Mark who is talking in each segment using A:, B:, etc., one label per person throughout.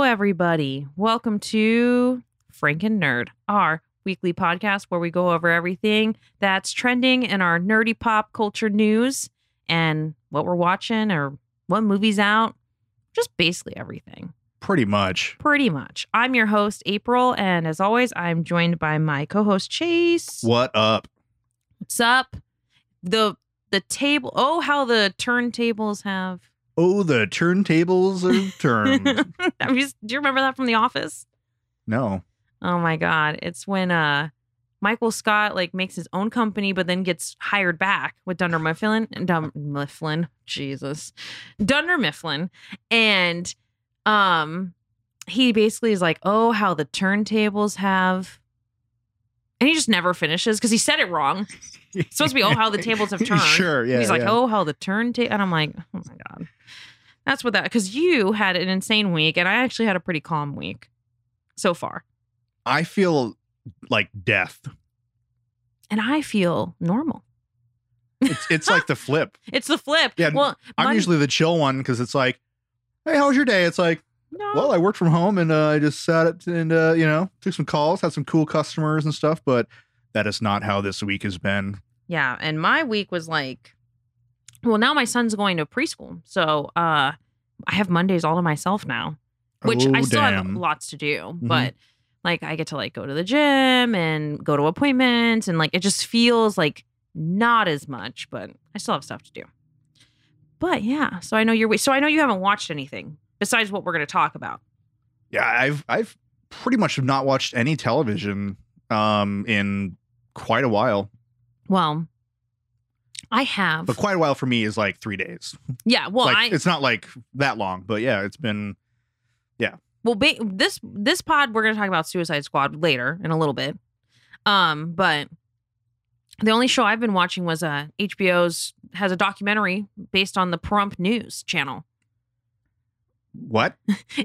A: everybody. Welcome to Frank and Nerd, our weekly podcast where we go over everything that's trending in our nerdy pop culture news and what we're watching or what movie's out. Just basically everything.
B: Pretty much.
A: Pretty much. I'm your host, April, and as always, I'm joined by my co-host Chase.
B: What up?
A: What's up? The the table oh how the turntables have
B: Oh, the turntables are turned.
A: I'm just- do you remember that from the office?
B: no.
A: Oh my god, it's when uh Michael Scott like makes his own company but then gets hired back with Dunder Mifflin and Dun- Mifflin, Jesus. Dunder Mifflin and um he basically is like, "Oh, how the turntables have and he just never finishes because he said it wrong. It's supposed to be, oh, how the tables have turned.
B: Sure, yeah.
A: He's like,
B: yeah.
A: oh, how the turntable. And I'm like, oh my God. That's what that, because you had an insane week and I actually had a pretty calm week so far.
B: I feel like death.
A: And I feel normal.
B: It's, it's like the flip.
A: It's the flip.
B: Yeah,
A: Well,
B: I'm
A: Mon-
B: usually the chill one because it's like, hey, how was your day? It's like,
A: no.
B: well, I worked from home and uh, I just sat up and, uh, you know, took some calls, had some cool customers and stuff. But that is not how this week has been.
A: yeah. And my week was like, well, now my son's going to preschool. So uh I have Mondays all to myself now. which
B: oh,
A: I still have
B: damn. Mm-hmm.
A: lots to do, but like I get to like go to the gym and go to appointments and like it just feels like not as much, but I still have stuff to do. But yeah, so I know you're so I know you haven't watched anything besides what we're going to talk about.
B: yeah i've i've pretty much not watched any television um in quite a while
A: Well, I have.
B: but quite a while for me is like three days
A: yeah, well,
B: like
A: I
B: it's not like that long but yeah it's been
A: well ba- this this pod we're going to talk about Suicide Squad later in a little bit. Um, but the only show I've been watching was uh HBO's has a documentary based on the Pahrump News channel.
B: what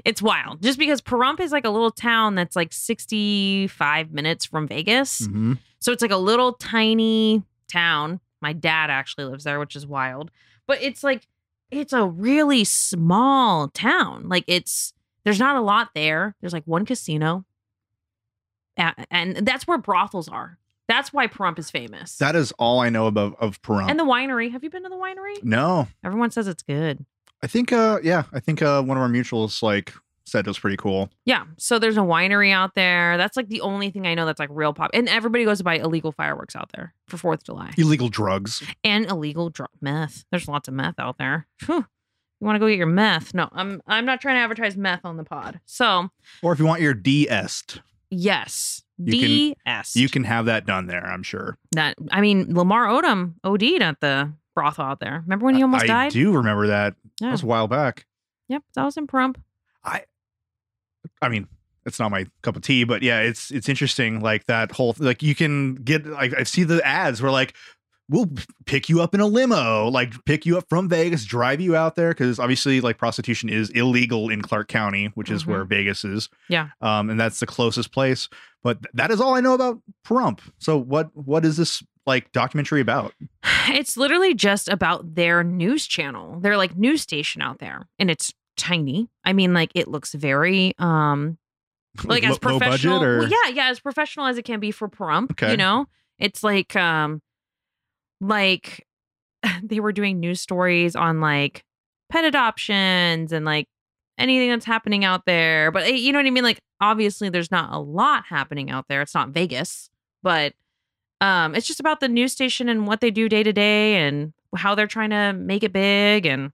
A: it's wild just because Pahrump is like a little town that's like 65 minutes from Vegas.
B: mm-hmm.
A: So it's like a little tiny town. My dad actually lives there, which is wild. But it's like it's a really small town. Like it's there's not a lot there. There's like one casino. A- And that's where brothels are. That's why Pahrump is famous.
B: that is all i know about of Pahrump.
A: and the winery. Have you been to the winery?
B: no
A: Everyone says it's good.
B: i think uh yeah i think uh one of our mutuals like said it was pretty cool
A: Yeah. So there's a winery out there. That's like the only thing I know that's like real pop. And everybody goes to buy illegal fireworks out there for 4th of July
B: illegal drugs
A: and illegal drug meth. There's lots of meth out there. Phew. You want to go get your meth? No, I'm I'm not trying to advertise meth on the pod. So,
B: or if you want your de-est
A: yes.
B: You
A: DS.
B: you can have that done there i'm sure
A: that I mean Lamar Odom OD'd at the brothel out there. Remember when he almost
B: I,
A: died?
B: do remember that
A: Yeah.
B: that was a while back
A: Yep, that was in Prump.
B: I mean, it's not my cup of tea, but yeah, it's it's interesting. Like that whole like you can get like I see the ads where like we'll p- pick you up in a limo, like pick you up from Vegas, drive you out there because obviously like prostitution is illegal in Clark County, which is
A: Mhm.
B: where Vegas is.
A: Yeah.
B: um, and that's the closest place. But th- that is all I know about Pahrump. So what what is this like documentary about?
A: It's literally just about their news channel, their like news station out there, and it's tiny. I mean, like it looks very um like as
B: Low- low budget
A: professional.
B: or-
A: well, yeah, yeah, as professional as it can be for Pahrump.
B: Okay.
A: You know, it's like um like they were doing news stories on like pet adoptions and like anything that's happening out there. But eh, you know what I mean? Like obviously there's not a lot happening out there. It's not Vegas, but um it's just about the news station and what they do day to day and how they're trying to make it big and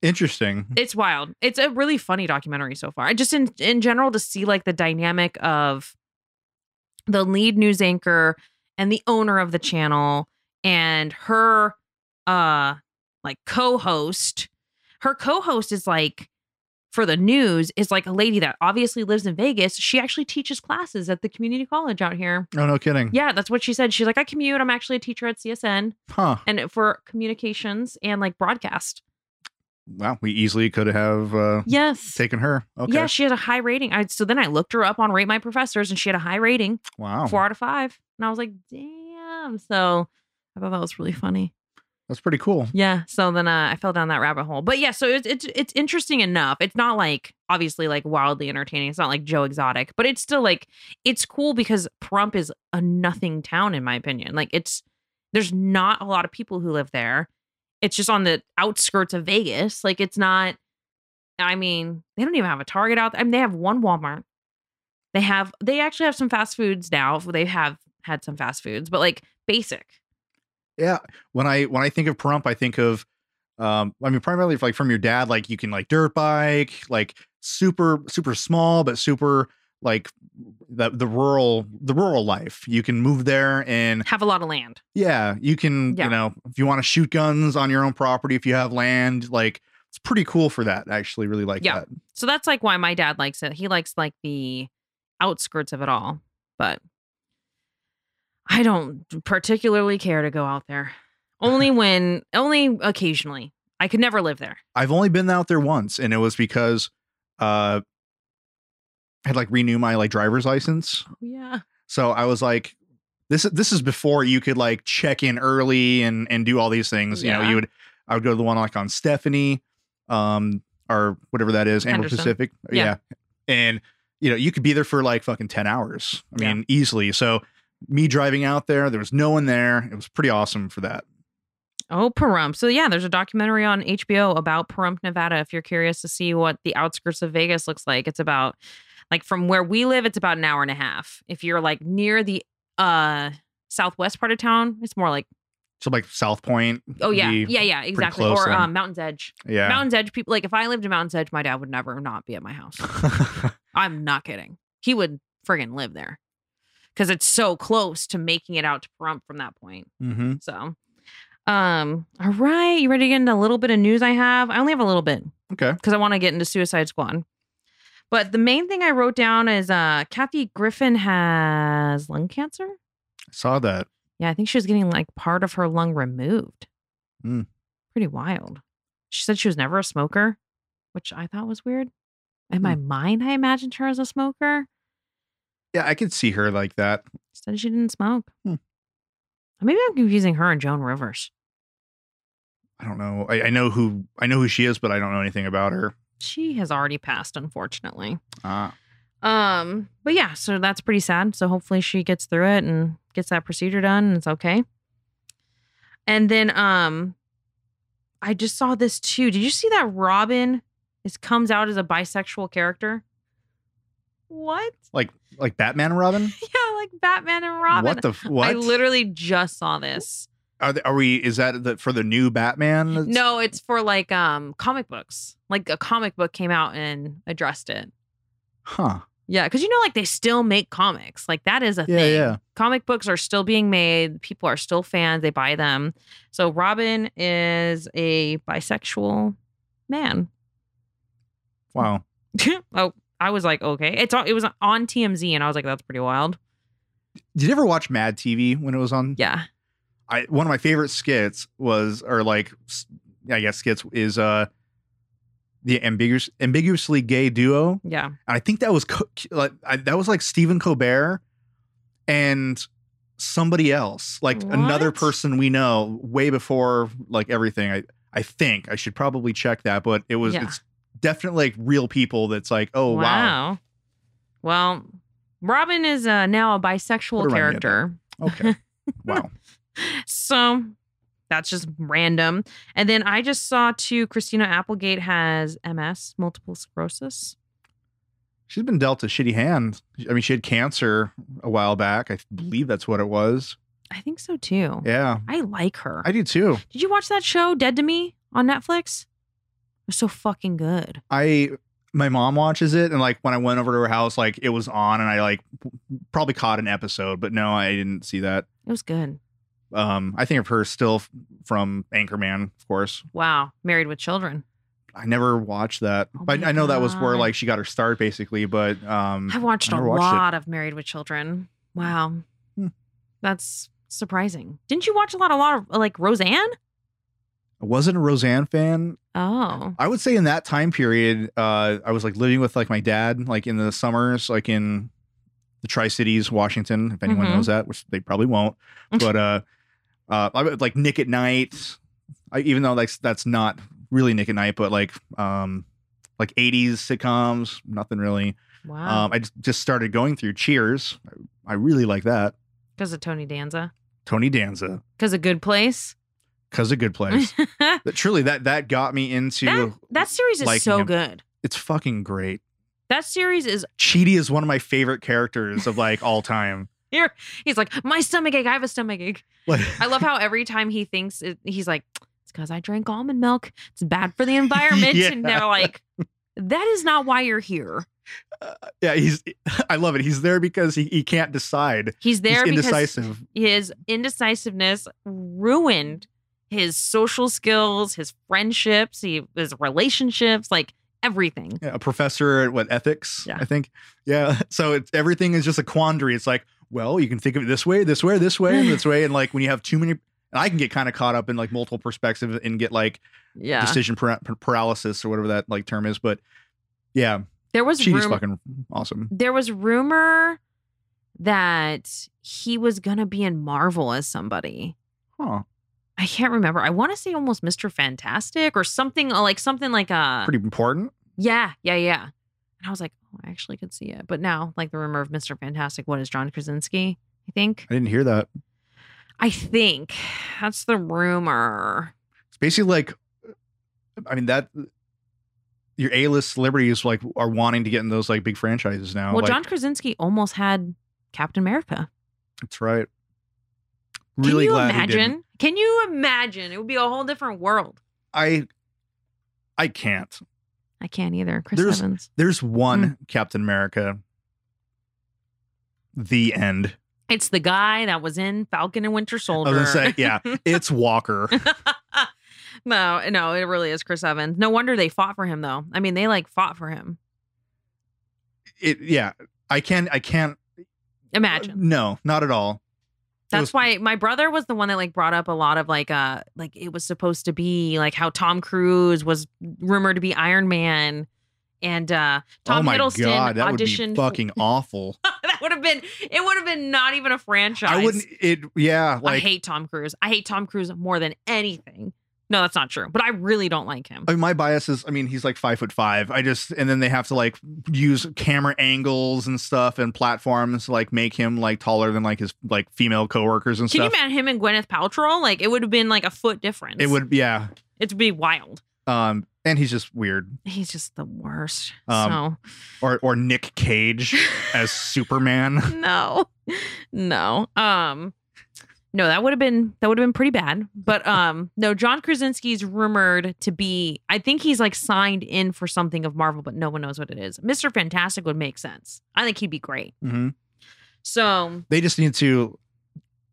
B: Interesting.
A: it's wild. It's a really funny documentary so far. I just in in general to see like the dynamic of the lead news anchor and the owner of the channel and her uh like co-host. Her co-host is like for the news is like a lady that obviously lives in Vegas. She actually teaches classes at the community college out here.
B: Oh no, kidding.
A: Yeah, that's what she said. She's like I commute. I'm actually a teacher at CSN
B: Huh.
A: and for communications and like broadcast.
B: Wow. We easily could have uh,
A: Yes.
B: taken her. Okay.
A: Yeah, she had a high rating. I so then I looked her up on Rate My Professors, and she had a high rating,
B: wow.
A: four out of five, and I was like, damn. So I thought that was really funny.
B: That's pretty cool.
A: Yeah. So then uh, I fell down that rabbit hole. But yeah, so it's it's it's interesting enough. It's not like obviously like wildly entertaining. It's not like Joe Exotic, but it's still like it's cool because Pahrump is a nothing town in my opinion. Like it's there's not a lot of people who live there. It's just on the outskirts of Vegas. Like it's not. I mean, they don't even have a Target out. There. I mean, they have one Walmart. They have they actually have some fast foods now. They have had some fast foods, but like basic.
B: Yeah. When I when I think of Pahrump, I think of um I mean primarily like from your dad, like you can like dirt bike, like super super small, but super like the the rural the rural life. You can move there and
A: Have a lot of land.
B: yeah, you can,
A: Yeah.
B: you know, if you want to shoot guns on your own property, if you have land, like it's pretty cool for that. I actually really like
A: Yeah.
B: that.
A: So that's like why my dad likes it. He likes like the outskirts of it all, but I don't particularly care to go out there. Only when, only occasionally. I could never live there.
B: I've only been out there once, and it was because uh I had like renew my like driver's license.
A: Yeah.
B: So I was like, this is this is before you could like check in early and and do all these things. You know,
A: Yeah.
B: you would I would go to the one like on Stephanie, um, or whatever that is, Amber
A: Henderson.
B: Pacific.
A: Yeah.
B: And you know, you could be there for like fucking 10 hours. I
A: Yeah.
B: mean, easily. So me driving out there, there was no one there. It was pretty awesome for that.
A: Oh, Pahrump. So yeah, there's a documentary on HBO about Pahrump, Nevada. If you're curious to see what the outskirts of Vegas looks like, it's about like from where we live, it's about an hour and a half. If you're like near the uh southwest part of town, it's more like
B: So like South Point.
A: oh yeah,
B: would be-
A: yeah, yeah, exactly.
B: close
A: Or
B: then.
A: um, Mountain's Edge.
B: Yeah.
A: Mountain's Edge people like if I lived in Mountain's Edge, my dad would never not be at my house. I'm not kidding. He would friggin' live there. Cause it's so close to making it out to Pahrump from that point.
B: hmm
A: So um, all right. You ready to get into a little bit of news I have? I only have a little bit
B: Okay.
A: because I want to get into Suicide Squad. But the main thing I wrote down is uh Kathy Griffin has lung cancer.
B: I saw that.
A: Yeah, I think she was getting like part of her lung removed.
B: Hmm.
A: Pretty wild. She said she was never a smoker, which I thought was weird. In my mind, I imagined her as a smoker.
B: Yeah, I could see her like that.
A: She said she didn't smoke.
B: Hmm.
A: Maybe I'm confusing her and Joan Rivers.
B: I don't know. I, I know who I know who she is, but I don't know anything about her.
A: She has already passed, unfortunately.
B: Ah.
A: Um, but yeah, so that's pretty sad. So hopefully she gets through it and gets that procedure done and it's okay. And then um I just saw this too. Did you see that Robin is comes out as a bisexual character? What?
B: Like Batman and Robin?
A: Yeah, like Batman and Robin.
B: What the f- what?
A: I literally just saw this.
B: are, they, are we? Is that the, for the new Batman? that's-
A: No, it's for like um comic books. Like a comic book came out and addressed it.
B: Huh.
A: Yeah, because you know, like they still make comics. Like that is a
B: Yeah,
A: thing.
B: yeah.
A: Comic books are still being made. People are still fans. They buy them. So Robin is a bisexual man.
B: Wow.
A: oh, I was like, okay. It's on, it was on TMZ, and I was like, that's pretty wild.
B: Did you ever watch Mad TV when it was on?
A: Yeah.
B: I one of my favorite skits was, or like, s- I guess skits is uh, the ambiguous, ambiguously gay duo.
A: Yeah.
B: And I think that was Co- like I, that was like Stephen Colbert and somebody else, like another
A: What?
B: person we know way before like everything. I I think I should probably check that, but it was
A: Yeah.
B: it's definitely like real people. That's like, oh wow,
A: wow. Well, Robin is uh, now a
B: Put
A: bisexual
B: her on the other.
A: character.
B: okay, wow.
A: So that's just random. And then I just saw too Christina Applegate has MS, multiple sclerosis.
B: She's been dealt a shitty hand. I mean, she had cancer a while back. I believe that's what it was.
A: I think so too.
B: Yeah,
A: I like her.
B: I do too.
A: Did you watch that show Dead to Me on Netflix? It was so fucking good.
B: I my mom watches it, and like when I went over to her house, like it was on, and I like probably caught an episode, but no, I didn't see that.
A: It was good.
B: Um, I think of her still f- from Anchorman, of course.
A: Wow. Married with Children.
B: I never watched that,
A: Oh
B: but
A: my
B: I know that was where
A: God.
B: like she got her start, basically. But
A: I
B: um,
A: watched
B: I
A: a
B: never watched it.
A: lot of Married with Children. Wow.
B: Hmm.
A: That's surprising. Didn't you watch a lot a lot of like Roseanne?
B: I wasn't a Roseanne fan
A: Oh.
B: I would say in that time period, uh, I was like living with like my dad, like in the summers, like in the Tri Cities, Washington. If anyone
A: Mhm.
B: knows that, which they probably won't, but uh, uh, I would like Nick at Night, I, even though like that's not really Nick at Night, but like um like 80s sitcoms, nothing really.
A: Wow.
B: Um, I just- just started going through Cheers. I really like that.
A: Because of Tony Danza.
B: Tony Danza,
A: Because a good place.
B: cause a good place.
A: that,
B: But truly, that that got me into.
A: that series is
B: liking
A: so
B: him.
A: good.
B: it's fucking great.
A: That series is
B: Cheaty is one of my favorite characters of like all time.
A: he's like, my stomach ache, I have a stomach ache.
B: Like,
A: I love how every time he thinks it, he's like, it's because I drank almond milk. It's bad for the environment.
B: Yeah.
A: And they're like, that is not why you're here.
B: yeah, he's. I love it. He's there because he, he can't decide.
A: He's there
B: he's
A: because
B: indecisive.
A: his indecisiveness ruined his social skills, his friendships, he, his relationships, like everything.
B: Yeah, a professor at what ethics?
A: Yeah.
B: I think. Yeah. So it's everything is just a quandary. It's like, well, you can think of it this way, this way, this way, and this way, and like when you have too many. And I can get kind of caught up in like multiple perspectives and get like
A: Yeah.
B: decision par- par- paralysis or whatever that like term is. But yeah,
A: there was
B: Cheaty's
A: room-
B: fucking awesome.
A: there was rumor that he was going to be in Marvel as somebody.
B: Huh.
A: I can't remember. I want to say almost Mr. Fantastic or something like something like uh
B: Pretty important.
A: yeah, yeah, yeah. And I was like, oh, I actually could see it. But now, like the rumor of Mr. Fantastic, what is John Krasinski? I think.
B: I didn't hear that.
A: I think that's the rumor.
B: It's basically like, I mean that your A list celebrities like are wanting to get in those like big franchises now.
A: well,
B: like,
A: John Krasinski almost had Captain America.
B: that's right.
A: Can
B: Really
A: you
B: glad he didn't.
A: imagine? Can you imagine? It would be a whole different world.
B: I I can't.
A: I can't either. Chris
B: There's-
A: Evans.
B: There's one
A: Mm.
B: Captain America. The end.
A: It's the guy that was in Falcon and Winter Soldier.
B: I was gonna say, yeah, it's Walker.
A: no, no, it really is Chris Evans. No wonder they fought for him though. I mean, they like fought for him.
B: It yeah. I can I can't Uh,
A: Imagine.
B: no, not at all. Oh
A: That's
B: was-
A: why my brother was the one that like brought up a lot of like uh like it was supposed to be like how Tom Cruise was rumored to be Iron Man and uh Tom
B: oh my
A: Hiddleston
B: god, that would be
A: auditioned
B: fucking awful.
A: that would have been it would have been not even a franchise.
B: I wouldn't it yeah,
A: I
B: like I,
A: hate Tom Cruise. I hate Tom Cruise more than anything. No, that's not true. But I really don't like him.
B: mean my bias is I mean he's like five foot five. I just and then they have to like use camera angles and stuff and platforms to like make him like taller than like his like female coworkers and
A: Can you
B: stuff.
A: imagine him and Gwyneth Paltrow? Like it would have been like a foot difference.
B: it would yeah.
A: It'd be wild.
B: Um and he's just weird.
A: He's just the worst.
B: Um, or or Nick Cage as Superman.
A: so no, no, um, no. That would have been that would have been pretty bad. But um, no. John Krasinski's rumored to be. I think he's like signed in for something of Marvel, but no one knows what it is. Mister Fantastic would make sense. I think he'd be great.
B: Mhm.
A: So
B: They just need to.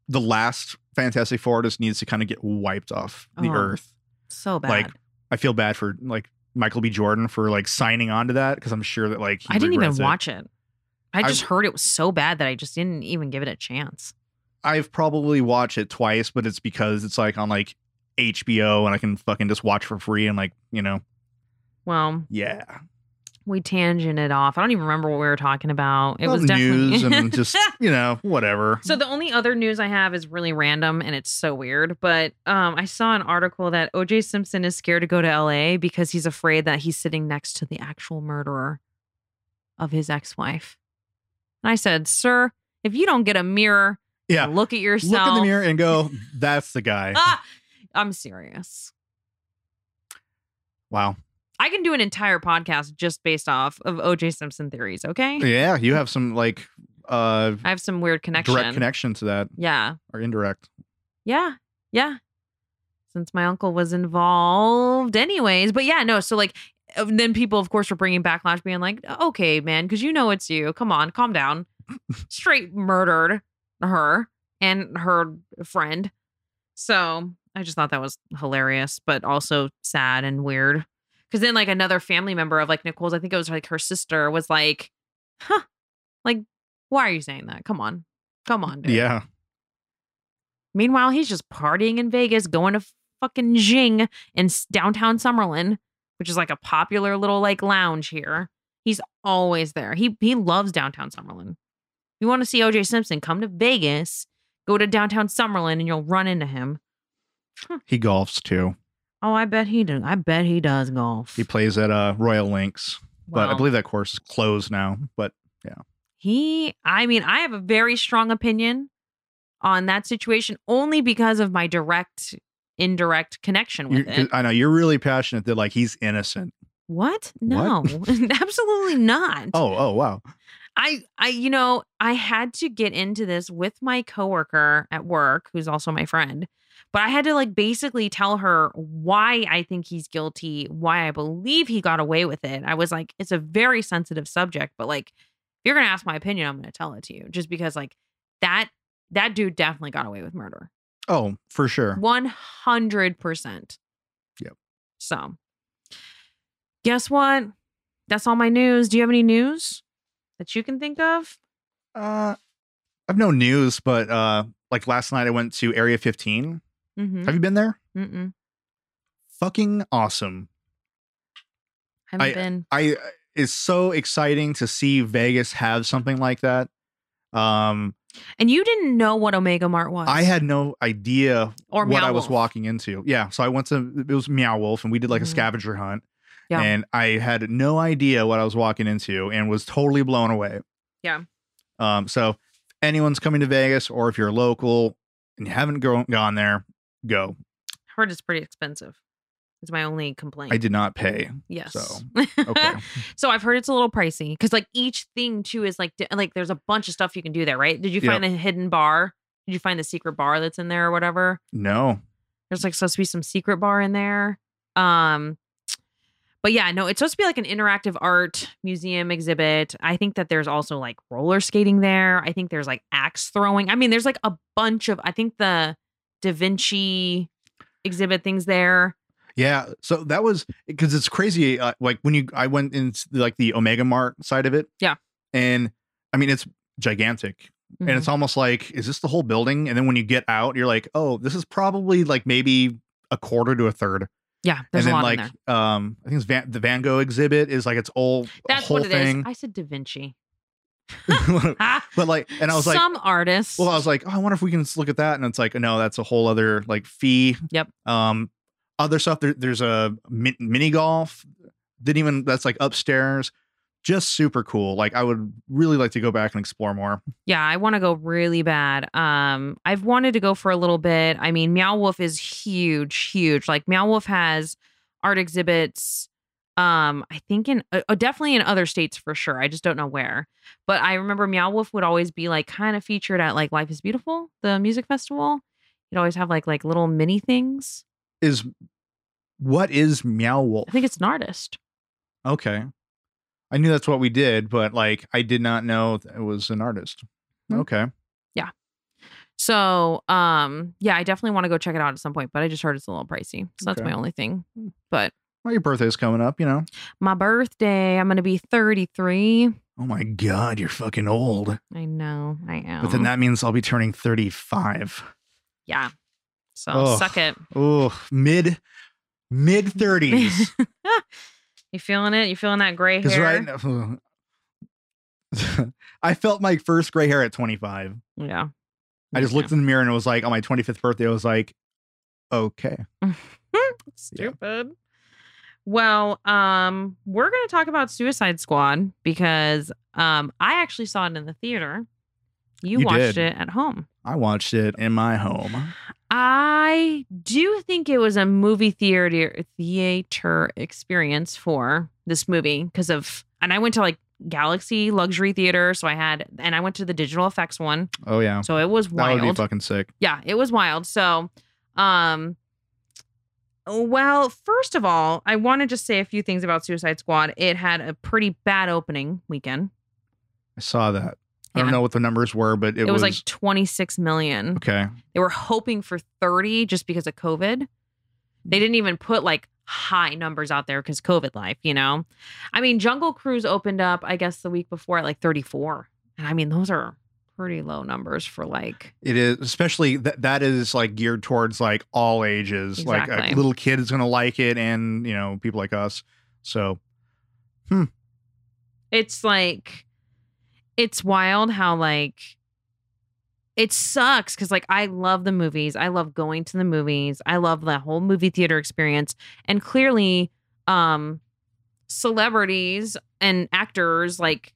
B: The last Fantastic Four just needs to kind of get wiped off the
A: Oh,
B: earth.
A: so bad.
B: Like I feel bad for like Michael B. Jordan for like signing on to that because I'm sure that like he
A: I didn't even
B: regrets it.
A: watch it. I
B: I-
A: just heard it was so bad that I just didn't even give it a chance.
B: I've probably watched it twice, but it's because it's like on like HBO and I can fucking just watch for free and like you know
A: Well,
B: yeah
A: we tangented off. I don't even remember what we were talking about. It
B: Well,
A: was definitely
B: news and just you know whatever.
A: so the only other news I have is really random and it's so weird, but um, I saw an article that OJ Simpson is scared to go to LA because he's afraid that he's sitting next to the actual murderer of his ex-wife. And I said, "Sir, if you don't get a mirror,
B: yeah,
A: and look at yourself.
B: look in the mirror and go that's the guy.
A: Ah, I'm serious.
B: Wow,
A: I can do an entire podcast just based off of OJ Simpson theories, okay?
B: yeah, you have some like uh
A: I have some weird connection.
B: direct connection to that
A: Yeah.
B: or indirect.
A: Yeah. Yeah. Since my uncle was involved, anyways. But yeah, no. So, like, uh, then people, of course, were bringing backlash, being like, okay, man, because you know it's you. Come on, calm down. Straight murdered her and her friend. So I just thought that was hilarious, but also sad and weird. Because then, like, another family member of like Nicole's, I think it was like her sister, was like, huh, like, why are you saying that? Come on. Come on, dude.
B: Yeah.
A: Meanwhile, he's just partying in Vegas, going to fucking Jing in s- downtown Summerlin, which is like a popular little like lounge here. He's always there. He he loves downtown Summerlin. You want to see OJ Simpson come to Vegas, go to downtown Summerlin, and you'll run into him.
B: He golfs too.
A: Oh, I bet he do. I bet he does golf.
B: He plays at uh, Royal Links, but I
A: Well,
B: believe that course is closed now. But
A: he. I mean, I have a very strong opinion on that situation only because of my direct, indirect connection with
B: you're,
A: it.
B: I know you're really passionate that like he's innocent.
A: What? No, absolutely not.
B: Oh, oh, wow.
A: I, I, you know, I had to get into this with my coworker at work, who's also my friend, but I had to like basically tell her why I think he's guilty, why I believe he got away with it. I was like, it's a very sensitive subject, but like, if you're gonna ask my opinion, I'm gonna tell it to you, just because like that that dude definitely got away with murder,
B: Oh, for sure.
A: one hundred percent.
B: Yep.
A: So, guess what? That's all my news. Do you have any news that you can think of?
B: Uh, I've no news, but uh, like last night I went to Area 15.
A: Mm-hmm.
B: Have you been there?
A: Mm-mm.
B: Fucking awesome.
A: Haven't
B: I- uh,
A: been.
B: I it's so exciting to see Vegas have something like that. Um,
A: And you didn't know what Omega Mart was.
B: I had no idea
A: or
B: what
A: Meow
B: I was
A: Wolf.
B: walking into. Yeah, so I went to it was Meow Wolf, and we did like
A: Mhm.
B: a scavenger hunt.
A: Yeah.
B: and I had no idea what I was walking into, and was totally blown away.
A: Yeah.
B: Um. So, anyone's coming to Vegas, or if you're local and you haven't go- gone there, go.
A: Heard it's pretty expensive. It's my only complaint.
B: I did not pay.
A: Yes.
B: so, Okay.
A: so I've heard it's a little pricey because like each thing too is like di- like there's a bunch of stuff you can do there, right? Did you
B: Yep.
A: find the hidden bar? Did you find the secret bar that's in there or whatever?
B: no.
A: There's like supposed to be some secret bar in there. Um but yeah, no, it's supposed to be like an interactive art museum exhibit. I think that there's also like roller skating there. I think there's like axe throwing. I mean, there's like a bunch of I think the Da Vinci exhibit things there.
B: Yeah, so that was because it's crazy. Uh, like when you, I went in like the Omega Mart side of it.
A: Yeah.
B: and I mean it's gigantic,
A: Mm-hmm.
B: and it's almost like, is this the whole building? And then when you get out, you're like, oh, this is probably like maybe a quarter to a third.
A: yeah, there's
B: and
A: a lot
B: then like,
A: in there.
B: um, I think it's Van, the Van Gogh exhibit is like its all
A: That's
B: whole
A: what it is.
B: thing.
A: I said Da Vinci. Ah,
B: but like, and I was like,
A: some artists.
B: well, I was like, oh, I wonder if we can just look at that. And it's like, no, that's a whole other like fee.
A: Yep.
B: Um, other stuff. There, there's a mi- mini golf. Didn't even. That's like upstairs. Just super cool. Like I would really like to go back and explore more.
A: Yeah, I want to go really bad. Um, I've wanted to go for a little bit. I mean, Meow Wolf is huge, huge. Like Meow Wolf has art exhibits. Um, I think in uh, uh, definitely in other states for sure. I just don't know where. But I remember Meow Wolf would always be like kind of featured at like Life is Beautiful, the music festival. You'd always have like like little mini things.
B: Is what is Meow Wolf?
A: I think it's an artist.
B: Okay. I knew that's what we did, but like I did not know it was an artist.
A: Hmm.
B: Okay.
A: So, um, yeah, I definitely want to go check it out at some point. But I just heard it's a little pricey, so that's
B: Okay.
A: my only thing.
B: Well, your birthday's coming up, you know.
A: My birthday, I'm gonna be 33.
B: Oh my god, you're fucking old.
A: I know, I am.
B: But then that means I'll be turning 35.
A: yeah. So
B: Ugh.
A: suck it.
B: Oh, mid mid 30s.
A: You feeling it? You feeling that gray
B: Because
A: hair?
B: right now I felt my first gray hair at 25.
A: yeah.
B: I just
A: Yeah.
B: looked in the mirror and it was like on my 25th birthday, I was like, okay.
A: Hmm, Stupid. Well, um, we're gonna talk about Suicide Squad because um, I actually saw it in the theater. You,
B: You
A: watched
B: did.
A: it at home.
B: I watched it in my home.
A: I do think it was a movie theater theater experience for this movie because of and I went to like Galaxy Luxury Theater, so I had and I went to the digital effects one,
B: Oh yeah.
A: so it was
B: That
A: wild.
B: would be fucking sick.
A: yeah, it was wild. So, um, well, first of all, I want to just say a few things about Suicide Squad. It had a pretty bad opening weekend.
B: I saw that. I
A: Yeah.
B: don't know what the numbers were, but it,
A: It, was, like 26 million.
B: okay.
A: They were hoping for 30 just because of COVID. They didn't even put like high numbers out there because COVID life, you know? I mean, Jungle Cruise opened up, I guess, the week before at like 34. And I mean, those are pretty low numbers for like,
B: It is especially that that is like geared towards like all ages. Like
A: Exactly.
B: a little kid is going to like it, and you know people like us. So
A: it's like, it's wild how like it sucks because like I love the movies. I love going to the movies. I love the whole movie theater experience. And clearly, um, celebrities and actors like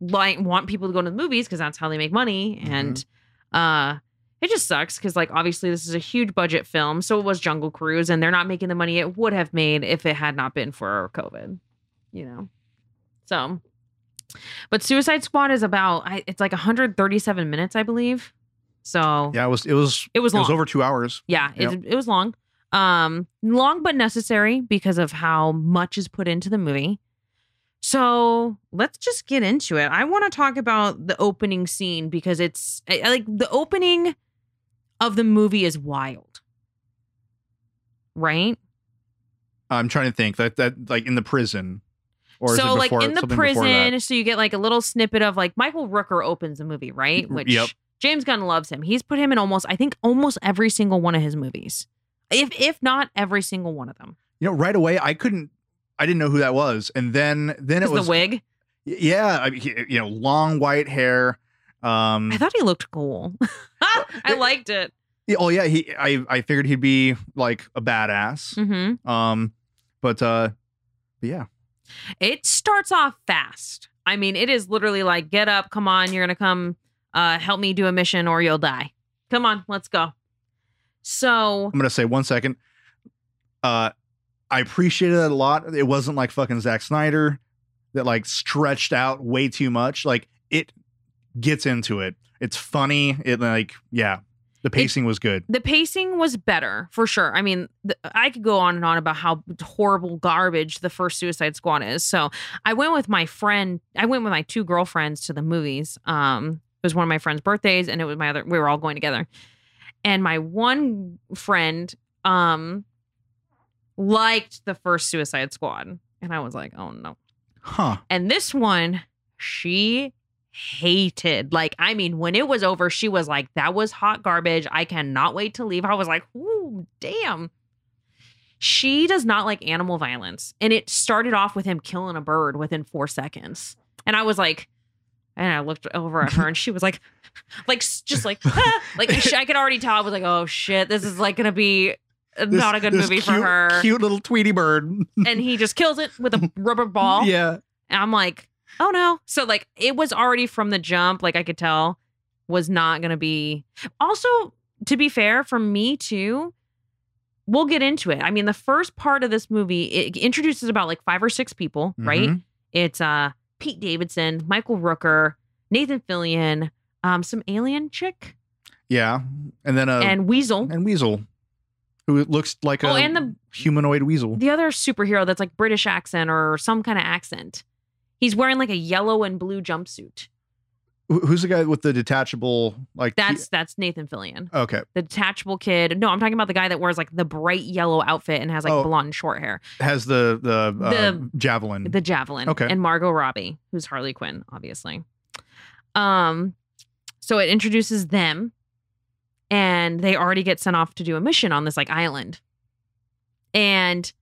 A: like want people to go to the movies because that's how they make money. And uh it just sucks because like obviously this is a huge budget film. So it was Jungle Cruise, and they're not making the money it would have made if it had not been for COVID. You know. So but Suicide Squad is about I, it's like 137 minutes, I believe. So
B: Yeah, it was it was
A: it was
B: it
A: long.
B: was over two hours.
A: Yeah, it, it was long. Um, long but necessary because of how much is put into the movie. So let's just get into it. I want to talk about the opening scene because it's I- I like the opening of the movie is wild, right?
B: I'm trying to think that that like in the prison, or is
A: so
B: it
A: like
B: before-
A: in the
B: something before that?
A: prison, so you get like a little snippet of like Michael Rooker opens the movie, right?
B: Y-
A: Which
B: Mm-hmm. yep.
A: James Gunn loves him. He's put him in almost I think almost every single one of his movies, if if not every single one of them.
B: You know, right away I couldn't. I didn't know who that was, and then then it
A: Because
B: was
A: the wig.
B: yeah, I mean, he- you know, long white hair. Um,
A: I thought he looked cool. I liked it.
B: yeah, oh yeah, he I I figured he'd be like a badass.
A: hmm
B: Um, but uh, but yeah,
A: It starts off fast. I mean, it is literally like, get up, come on, you're gonna come uh, help me do a mission or you'll die. Come on, let's go. So
B: I'm gonna say one second. Uh, I appreciated that a lot. It wasn't like fucking Zack Snyder that like stretched out way too much. Like it gets into it. It's funny. It like yeah, the pacing was good.
A: the pacing was better for sure. I mean, the, I could go on and on about how horrible garbage the first Suicide Squad is. So I went with my friend. I went with my two girlfriends to the movies. Um, it was one of my friend's birthdays, and it was my other. We were all going together, and my one friend um liked the first Suicide Squad, and I was like, oh no.
B: Huh.
A: And this one, she hated. Like, I mean, when it was over, she was like, that was hot garbage. I cannot wait to leave. I was like, ooh, damn. She does not like animal violence. And it started off with him killing a bird within four seconds. And I was like, and I looked over at her and she was like, like, s- just like, ah. like she- I could already tell. I was like, oh shit, this is like going to be
B: This-
A: not a good
B: this
A: movie for
B: cute-
A: her.
B: Cute little Tweety bird.
A: And he just kills it with a rubber ball.
B: Yeah.
A: And I'm like, oh no. So like it was already from the jump, like I could tell was not gonna be also, to be fair, for me too, we'll get into it. I mean, the first part of this movie, it introduces about like five or six people, right?
B: Mhm.
A: It's uh Pete Davidson, Michael Rooker, Nathan Fillion, um, some alien chick,
B: Yeah. And then uh and,
A: and Weasel.
B: Weasel, who looks like
A: Oh,
B: a
A: and the-
B: humanoid weasel.
A: the other superhero that's like British accent or some kind of accent. He's wearing like a yellow and blue jumpsuit.
B: Who- Who's the guy with the detachable like? he-
A: That's that's Nathan Fillion.
B: okay.
A: the detachable kid. No, I'm talking about the guy that wears like the bright yellow outfit and has like
B: Oh.
A: blonde short hair.
B: Has the the, uh,
A: The-
B: javelin?
A: The javelin.
B: Okay.
A: And Margot Robbie, who's Harley Quinn, obviously. Um, so it introduces them, and they already get sent off to do a mission on this like island. And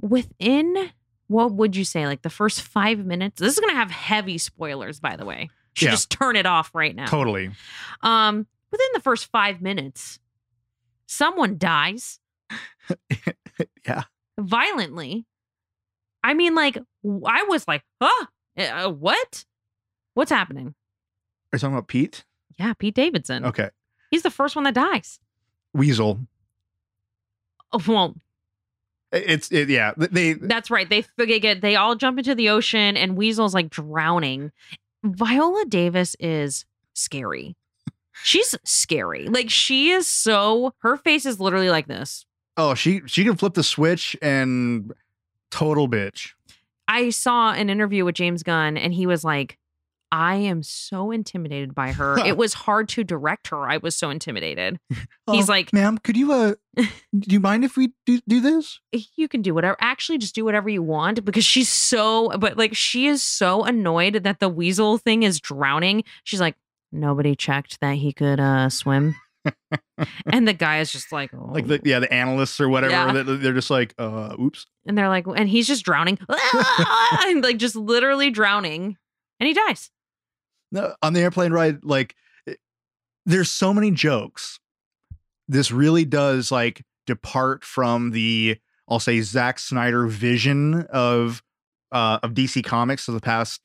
A: within what would you say, like the first five minutes? This is gonna have heavy spoilers, by the way. Should
B: Yeah.
A: just turn it off right now.
B: Totally.
A: Um, within the first five minutes, someone dies.
B: Yeah.
A: Violently. I mean, like, w- I was like, huh? Uh, what? What's happening?
B: Are you talking about Pete?
A: Yeah, Pete Davidson.
B: Mm-hmm. Okay.
A: He's the first one that dies.
B: Weasel.
A: Oh, well,
B: It's it, yeah. They
A: that's right. They, they get they all jump into the ocean, and Weasel's like drowning. Viola Davis is scary. She's scary. Like she is so her face is literally like this.
B: oh she she can flip the switch and total bitch.
A: I saw an interview with James Gunn and he was like, I am so intimidated by her. it was hard to direct her. I was so intimidated. He's like,
B: ma'am, could you uh, do you mind if we do do this?
A: "Eh, you can do whatever. Actually, just do whatever you want because she's so, but like, she is so annoyed that the weasel thing is drowning. She's like, nobody checked that he could uh, swim. and the guy is just like, oh.
B: Like the, yeah, the analysts or whatever.
A: Yeah.
B: They, they're just like, uh, oops.
A: and they're like, and he's just drowning, and like just literally drowning, and he dies.
B: No, on the airplane ride, like it- there's so many jokes. This really does like depart from the I'll say Zack Snyder vision of uh of DC Comics of the past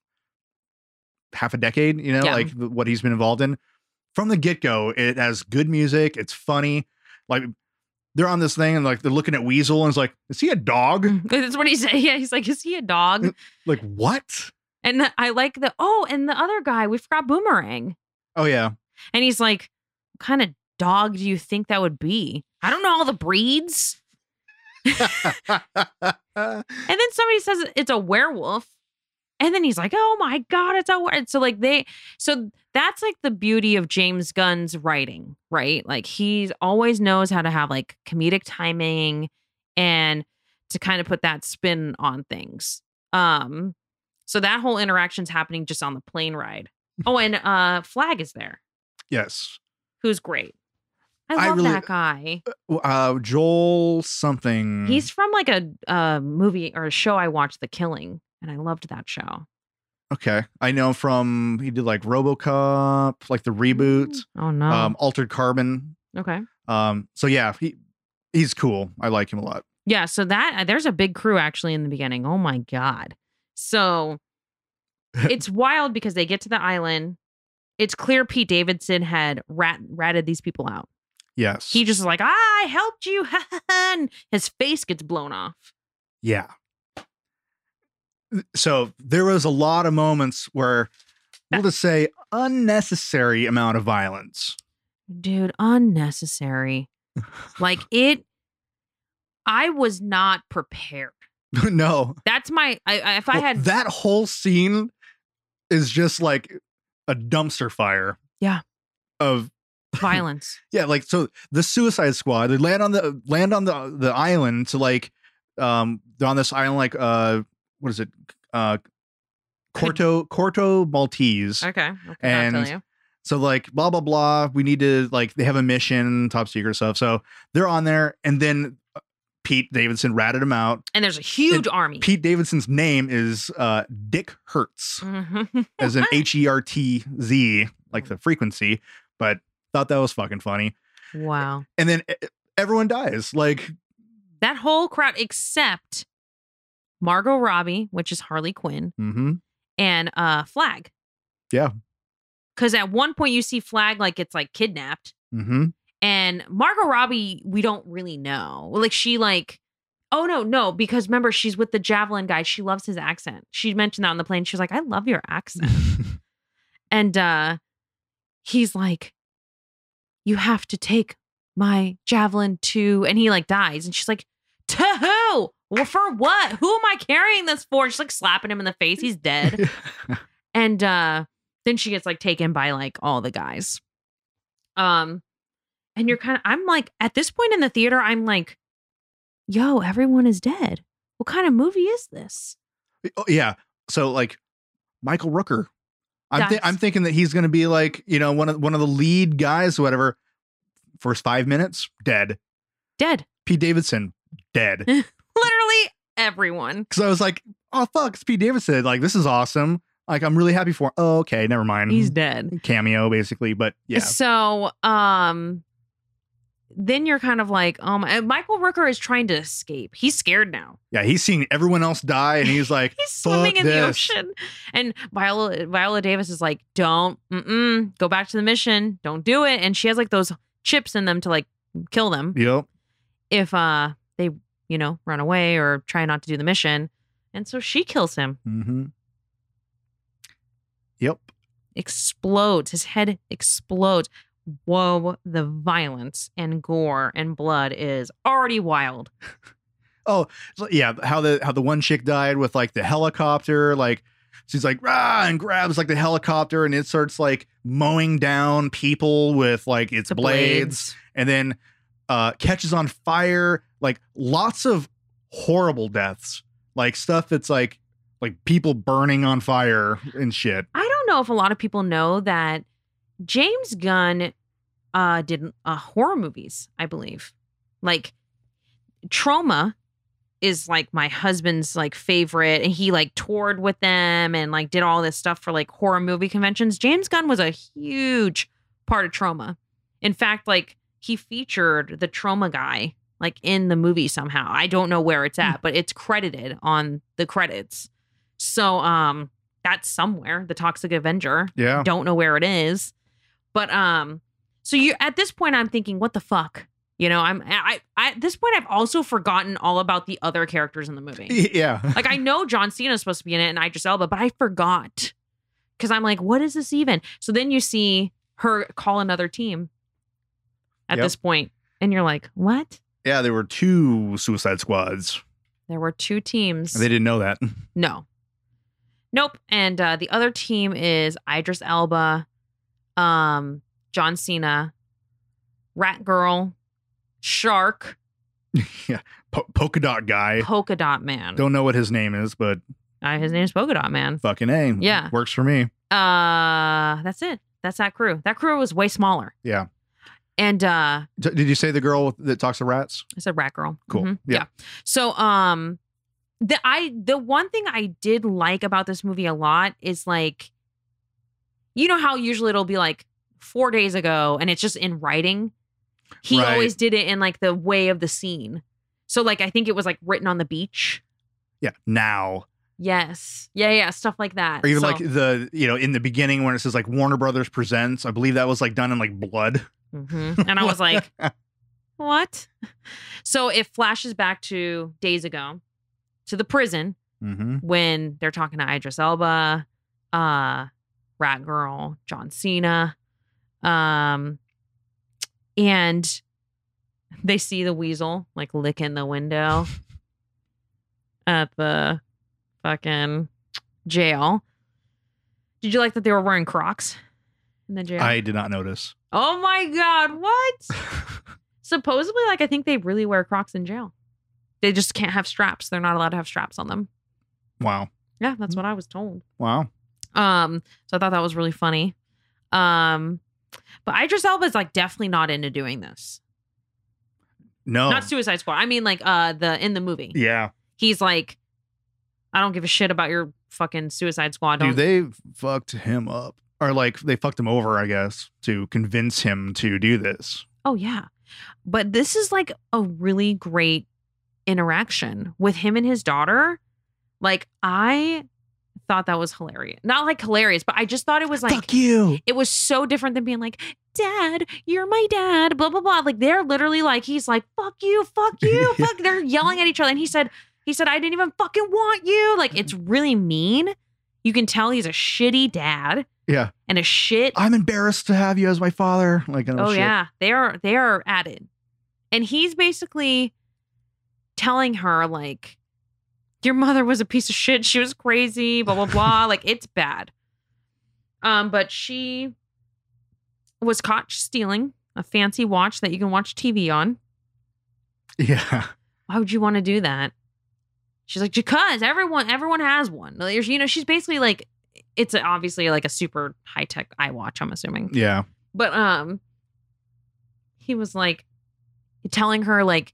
B: half a decade, you know,
A: Yeah.
B: like th- what he's been involved in. From the get-go, it has good music, it's funny. Like they're on this thing and like they're looking at Weasel and it's like, is he a dog?
A: That's what he said. Yeah, he's like, is he a dog?
B: Like what?
A: And the- I like the oh, and the other guy, we forgot Boomerang,
B: Oh yeah.
A: and he's like, what kind of dog do you think that would be? I don't know all the breeds. And then somebody says it's a werewolf. And then he's like, oh my God, it's a werewolf. So, like, they, so that's like the beauty of James Gunn's writing, right? Like, he always knows how to have like comedic timing and to kind of put that spin on things. Um, so that whole interaction's happening just on the plane ride. Oh, and uh Flag is there,
B: yes.
A: who's great. I
B: I
A: love
B: really-
A: that guy.
B: Uh Joel something.
A: He's from like a, a movie or a show I watched, The Killing, and I loved that show.
B: Okay. I know from he did like RoboCop, like the reboot,
A: Oh no.
B: um Altered Carbon.
A: okay.
B: Um so yeah, he he's cool. I like him a lot.
A: Yeah, so that uh, there's a big crew actually in the beginning. Oh my god. So it's wild because they get to the island. It's clear Pete Davidson had rat ratted these people out.
B: Yes.
A: He just is like, "I helped you," and his face gets blown off.
B: Yeah. So there was a lot of moments where we'll just say unnecessary amount of violence.
A: Dude, unnecessary. Like it I was not prepared.
B: no.
A: That's my I, I if I
B: Well,
A: had
B: that whole scene is just like a dumpster fire.
A: Yeah.
B: Of
A: violence.
B: Yeah, like so the Suicide Squad, they land on the land on the the island to like um they're on this island like uh what is it? Uh Corto Corto Maltese.
A: Okay. okay
B: And-
A: I'll tell you.
B: So like blah blah blah, we need to like they have a mission, top secret stuff. So they're on there and then uh, Pete Davidson ratted him out.
A: And there's a huge army.
B: Pete Davidson's name is uh Dick Hertz
A: Mhm.
B: as an H E R T Z, like the frequency, but thought that was fucking funny.
A: wow.
B: And then e- everyone dies. Like
A: that whole crowd except Margot Robbie, which is Harley Quinn,
B: Mm-hmm.
A: and uh Flag.
B: Yeah.
A: Cause at one point you see Flag like it's like kidnapped.
B: Mm-hmm.
A: And Margot Robbie, we don't really know. Like she like oh no, no, because remember she's with the javelin guy. She loves his accent. She mentioned that on the plane. She was like, I love your accent.
B: Mm-hmm.
A: And uh he's like, You have to take my javelin to and he like dies. And she's like, To who? Well, for what? Who am I carrying this for? She's like slapping him in the face. He's dead. and uh then she gets like taken by like all the guys. Um and you're kind of I'm like at this point in the theater, I'm like, yo, everyone is dead. What kind of movie is this?
B: oh, yeah. So like Michael Rooker. I'm thi-
A: That's-
B: I'm thinking that he's going to be like, you know, one of one of the lead guys or whatever. First 5 minutes, dead.
A: Dead.
B: Pete Davidson, dead.
A: Literally everyone.
B: Cuz I was like, "Oh fuck, it's Pete Davidson. Like this is awesome. Like I'm really happy for him. Oh, okay, never mind.
A: He's dead.
B: cameo basically, but yeah.
A: So, um, then you're kind of like, um, Michael Rooker is trying to escape. He's scared now.
B: Yeah, he's seen everyone else die and he's like,
A: He's swimming
B: Fuck
A: in the
B: this.
A: ocean, and Viola Viola Davis is like, "Don't, mm-mm, go back to the mission. Don't do it." And she has like those chips in them to like kill them
B: "Yep.
A: if uh they you know run away or try not to do the mission. And so she kills him.
B: Mhm. Yep.
A: explodes. His head explodes. Whoa, the violence and gore and blood is already wild.
B: So, yeah, how the how the one chick died with like the helicopter, like she's like rah and grabs like the helicopter and it starts like mowing down people with like its
A: The
B: blades, and then uh catches on fire, like lots of horrible deaths. Like stuff that's like like people burning on fire and shit.
A: I don't know if a lot of people know that James Gunn uh, did uh, horror movies, I believe. Like, Trauma is like my husband's like favorite and he like toured with them and like did all this stuff for like horror movie conventions. James Gunn was a huge part of trauma. In fact, like he featured the trauma guy like in the movie somehow. I don't know where it's at, but it's credited on the credits. So um that's somewhere, the Toxic Avenger.
B: Yeah.
A: Don't know where it is. But um so you at this point I'm thinking what the fuck? You know, I'm I, I at this point I've also forgotten all about the other characters in the movie.
B: Yeah.
A: Like I know John Cena's supposed to be in it and Idris Elba, but I forgot because I'm like, what is this even? So then you see her call another team at
B: Yep.
A: this point, and you're like, what?
B: Yeah. There were two Suicide Squads.
A: There were two teams.
B: They didn't know that.
A: no, nope. And uh, the other team is Idris Elba, um, John Cena, Rat Girl, Shark,
B: Po- polka dot guy.
A: Polka Dot Man.
B: Eh. Don't know what his name is, but
A: Uh, his name is Polka Dot Man.
B: fucking A.
A: Yeah.
B: Works for me.
A: uh that's it that's that crew that crew was way smaller
B: Yeah.
A: and uh
B: D- did you say the girl that talks to rats?
A: i said rat girl
B: Cool.
A: Mhm.
B: Yeah.
A: so um the i the one thing i did like about this movie a lot is like you know how usually it'll be like four days ago and it's just in writing he
B: Right.
A: always did it in like the way of the scene so like i think it was like written on the beach
B: Yeah. Now.
A: yes yeah yeah stuff like that
B: Or even
A: So-
B: like the, you know, in the beginning when it says like Warner Brothers Presents, I believe that was like done in like blood.
A: Mhm. and i was like What? So it flashes back to days ago to the prison
B: mm-hmm.
A: when they're talking to Idris Elba, uh, Rat Girl, John Cena. Um, and they see the weasel like licking the window at the fucking jail. Did you like that they were wearing Crocs in the jail?
B: I did not notice.
A: oh my God, what? supposedly like i think they really wear crocs in jail they just can't have straps they're not allowed to have straps on them
B: wow.
A: yeah that's what i was told
B: Wow.
A: um so i thought that was really funny um but idris elba is like definitely not into doing this
B: No.
A: not suicide squad i mean like uh the in the movie
B: Oh. yeah.
A: he's like i don't give a shit about your fucking suicide squad don't
B: Dude, they fucked him up. Or like they fucked him over, I guess, to convince him to do this.
A: Oh yeah. But this is like a really great interaction with him and his daughter. Like I thought that was hilarious. Not like hilarious, but I just thought it was like
B: Fuck you.
A: it was so different than being like, "Dad, you're my dad." blah blah blah. Like they're literally like he's like, "Fuck you, fuck you, fuck." They're yelling at each other and he said he said, "I didn't even fucking want you." Like it's really mean. You can tell he's a shitty dad
B: Yeah.
A: and a shit
B: I'm embarrassed to have you as my father. Like, oh,
A: Oh
B: shit.
A: yeah, they are they are at it, and he's basically telling her like, "Your mother was a piece of shit. She was crazy. Blah blah blah. like it's bad." Um, but she was caught stealing a fancy watch that you can watch TV on.
B: Yeah.
A: Why would you want to do that? She's like, because everyone everyone has one. Like, You know, she's basically like, it's obviously like a super high tech iWatch. I'm assuming.
B: Yeah.
A: But um he was like telling her like,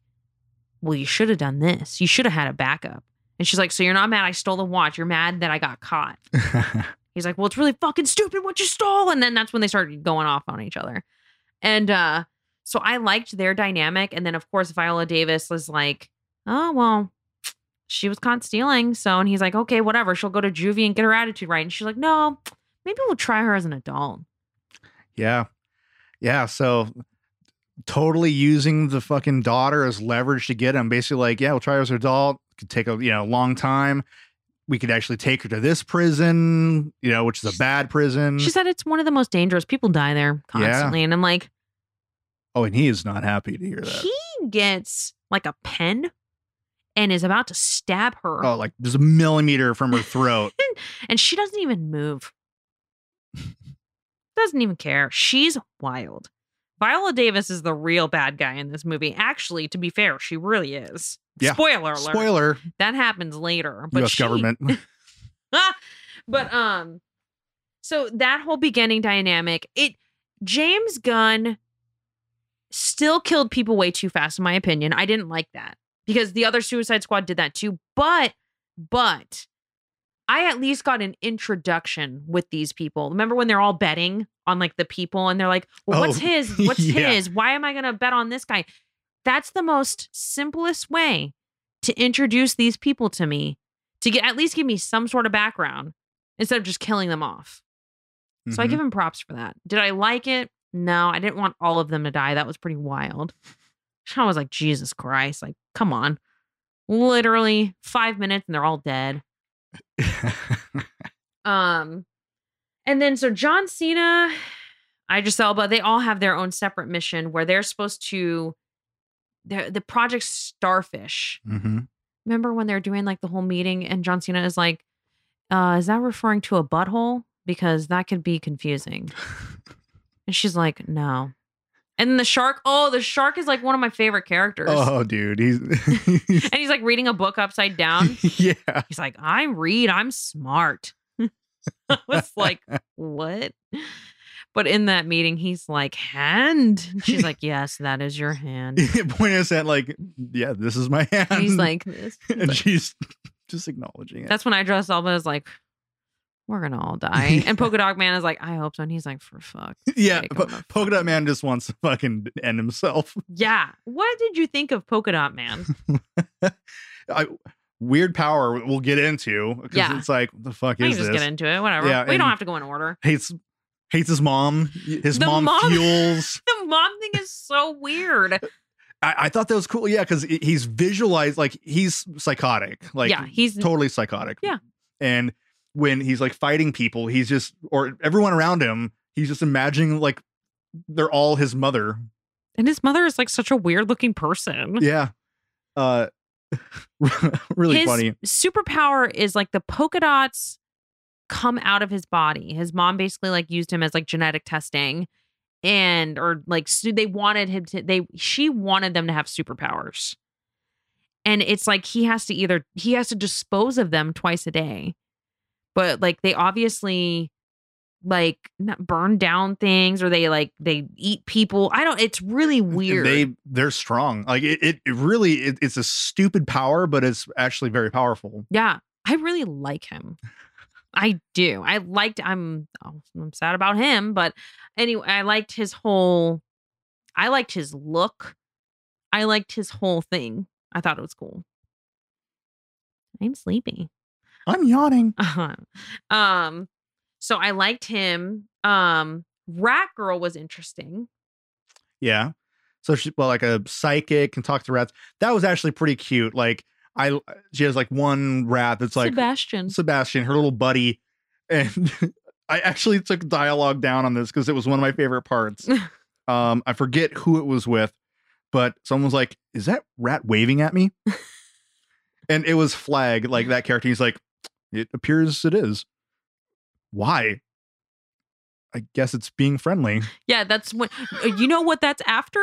A: "Well, you should have done this. You should have had a backup." And she's like, "So you're not mad I stole the watch. You're mad that I got caught." He's like, "Well, it's really fucking stupid what you stole." And then that's when they started going off on each other. And uh so I liked their dynamic and then of course Viola Davis was like, "Oh, well, she was caught stealing." So and he's like, "Okay, whatever. She'll go to juvie and get her attitude right." And she's like, "No, maybe we'll try her as an adult."
B: yeah. Yeah. So totally using the fucking daughter as leverage to get him. Basically, like, yeah, we'll try her as an adult. Could take a you know long time. We could actually take her to this prison, you know, which is a bad prison.
A: She said it's one of the most dangerous. People die there constantly. And I'm like,
B: oh, and he is not happy to hear that.
A: he gets like a pen and is about to stab her.
B: Oh, like there's a millimeter from her throat.
A: And she doesn't even move. doesn't even care. She's wild. Viola Davis is the real bad guy in this movie. Actually, to be fair, she really is.
B: Yeah.
A: Spoiler alert.
B: Spoiler:
A: That happens later. But
B: U.S.
A: she-
B: government.
A: but um so that whole beginning dynamic it james gunn still killed people way too fast in my opinion i didn't like that because the other suicide squad did that too but but I at least got an introduction with these people. Remember when they're all betting on like the people and they're like, well, what's
B: Oh,
A: his? What's
B: yeah.
A: his? Why am I going to bet on this guy? That's the most simplest way to introduce these people to me to get at least give me some sort of background instead of just killing them off. So I
B: Mhm.
A: give him props for that. Did I like it? No, I didn't want all of them to die. That was pretty wild. Sean was like, Jesus Christ, like, come on. Literally five minutes and they're all dead.
B: Mm-hmm.
A: Um, and then so John Cena, Idris Elba, they all have their own separate mission where they're supposed to. they're- The project Starfish.
B: Mhm.
A: Remember when they're doing like the whole meeting and John Cena is like, uh, "Is that referring to a butthole? Because that could be confusing." And she's like, "No." And then the shark. Oh, the shark is like one of my favorite characters.
B: Oh, dude, he's
A: And he's like reading a book upside down.
B: yeah.
A: He's like, I read, I'm smart. I was like, what? But in that meeting, he's like, hand. And She's like, yes, that is your hand.
B: Point us at like, yeah, this is my hand.
A: And he's like, this. He's
B: and
A: like-
B: she's just acknowledging it.
A: that's when I dressed Elba is like, we're gonna all die. And Polka Dog Man is like, I hope so. And he's like, for fuck.
B: yeah,
A: like, I'm
B: po-
A: a
B: polka dot man just wants to fucking end himself.
A: Yeah. What did you think of Polka Dot Man?
B: I, weird power we'll get into because
A: Yeah.
B: it's like what the
A: I
B: fuck
A: can
B: is
A: just
B: this?
A: get into it. Whatever.
B: Yeah,
A: we
B: and-
A: don't have to go in order.
B: Hates hates his mom. His
A: The
B: mom,
A: mom-
B: fuels.
A: The mom thing is so weird.
B: I, I thought that was cool. Yeah, because he's visualized like he's psychotic. Like
A: yeah, he's
B: totally psychotic.
A: Yeah.
B: And when he's like fighting people, he's just or everyone around him, he's just imagining like they're all his mother.
A: and his mother is like such a weird looking person.
B: Yeah. Uh really
A: his
B: funny.
A: superpower is like the polka dots come out of his body. His mom basically like used him as like genetic testing and or like su- they wanted him to they she wanted them to have superpowers. And it's like he has to either he has to dispose of them twice a day. But like they obviously like not burn down things or they like they eat people. I don't it's really weird.
B: They they're strong. Like it, it, it really it, it's a stupid power, but it's actually very powerful.
A: Yeah, I really like him. I do. I liked. I'm. oh, I'm sad about him, but anyway, I liked his whole. I liked his look. I liked his whole thing. I thought it was cool. I'm sleepy.
B: I'm yawning.
A: um, so I liked him. Um, Rat Girl was interesting.
B: Yeah. So she well, like a psychic can talk to rats. That was actually pretty cute. Like I she has like one rat that's like
A: Sebastian.
B: Sebastian, her little buddy, and I actually took dialogue down on this because it was one of my favorite parts. um, I forget who it was with, but someone was like, "Is that rat waving at me?" and it was Flag, like that character. He's like, "It appears it is." Why? I guess it's being friendly.
A: Yeah, that's when uh, you know what that's after?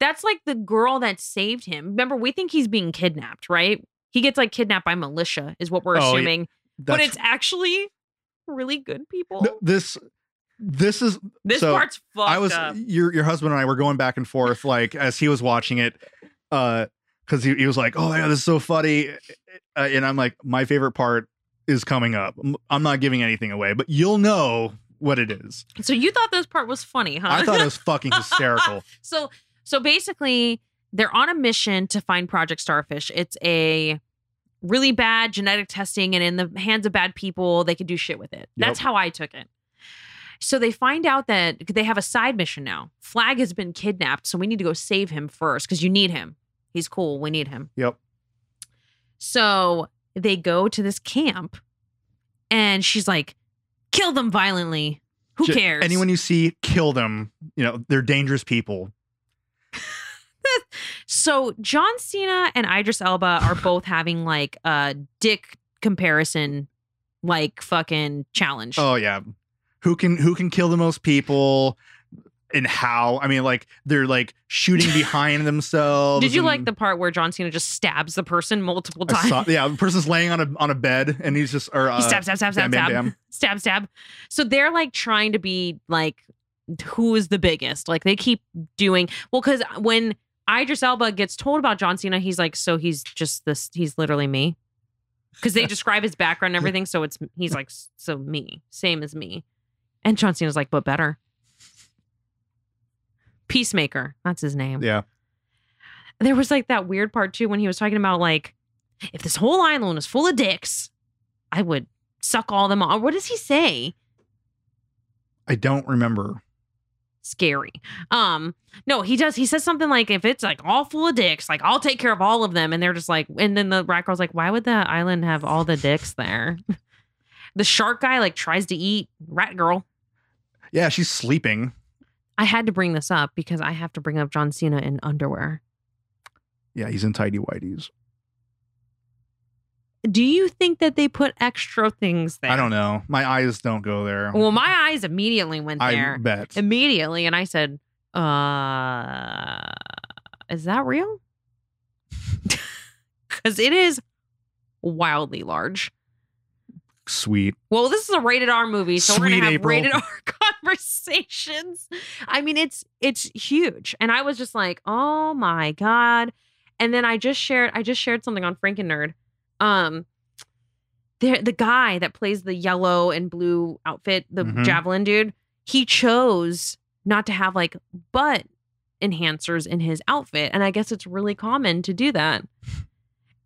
A: That's like the girl that saved him. Remember, we think he's being kidnapped, right? He gets like kidnapped by militia, is what we're
B: Oh, yeah.
A: assuming. but
B: That's-
A: it's actually really good people.
B: th- this. This is
A: this
B: so,
A: part's fucked
B: I was
A: up.
B: your your husband and I were going back and forth like as he was watching it, uh, because he, he was like, "Oh my god, this is so funny," uh, and I'm like, "My favorite part is coming up. I'm- I'm not giving anything away, but you'll know what it is."
A: So you thought this part was funny, huh?
B: I thought it was fucking hysterical.
A: so so basically, they're on a mission to find Project Starfish. It's a really bad genetic testing, and in the hands of bad people, they could do shit with it. That's
B: Yep.
A: how I took it. So they find out that they have a side mission now. Flag has been kidnapped, so we need to go save him first because you need him. He's cool. We need him.
B: Yep.
A: So they go to this camp, and she's like, "Kill them violently. Who
B: Ju-
A: cares?
B: Anyone you see, kill them. You know they're dangerous people.
A: So John Cena and Idris Elba are both having like a dick comparison, like fucking challenge.
B: Oh yeah, who can who can kill the most people? And how? I mean, like they're like shooting behind themselves.
A: Did you
B: and-
A: like the part where John Cena just stabs the person multiple
B: mm. I
A: times?
B: saw, yeah, the person's laying on a on a bed and he's just or uh,
A: he stab, stab, stab, stab,
B: bam, bam,
A: stab,
B: bam.
A: stab, stab. So they're like trying to be like, who is the biggest? Like they keep doing well because when Idris Elba gets told about John Cena, he's like, so he's just this. He's literally me. because they describe his background and everything. So it's he's like, so me, same as me. And John Cena's like, but better. Peacemaker, that's his name.
B: Yeah.
A: There was like that weird part too when he was talking about like, if this whole island is full of dicks, I would suck all them off. What does he say?
B: I don't remember.
A: Scary. Um, no, he does. He says something like, if it's like all full of dicks, like I'll take care of all of them. And they're just like, and then the rat girl's like, why would the island have all the dicks there? the shark guy like tries to eat rat girl.
B: Yeah, she's sleeping.
A: I had to bring this up because I have to bring up John Cena in underwear.
B: Yeah, he's in tidy whities.
A: Do you think that they put extra things there?
B: I don't know. My eyes don't go there.
A: Well, my eyes immediately went
B: I
A: there.
B: bet.
A: Immediately. And I said, uh, is that real? Because it is wildly large.
B: Sweet.
A: Well, this is a rated R movie, so we're
B: Sweet
A: gonna have
B: April.
A: rated R conversations. I mean, it's it's huge, and I was just like, oh my god! And then I just shared I just shared something on Franken Nerd. Um, there the guy that plays the yellow and blue outfit, the
B: Mhm.
A: javelin dude, he chose not to have like butt enhancers in his outfit, and I guess it's really common to do that.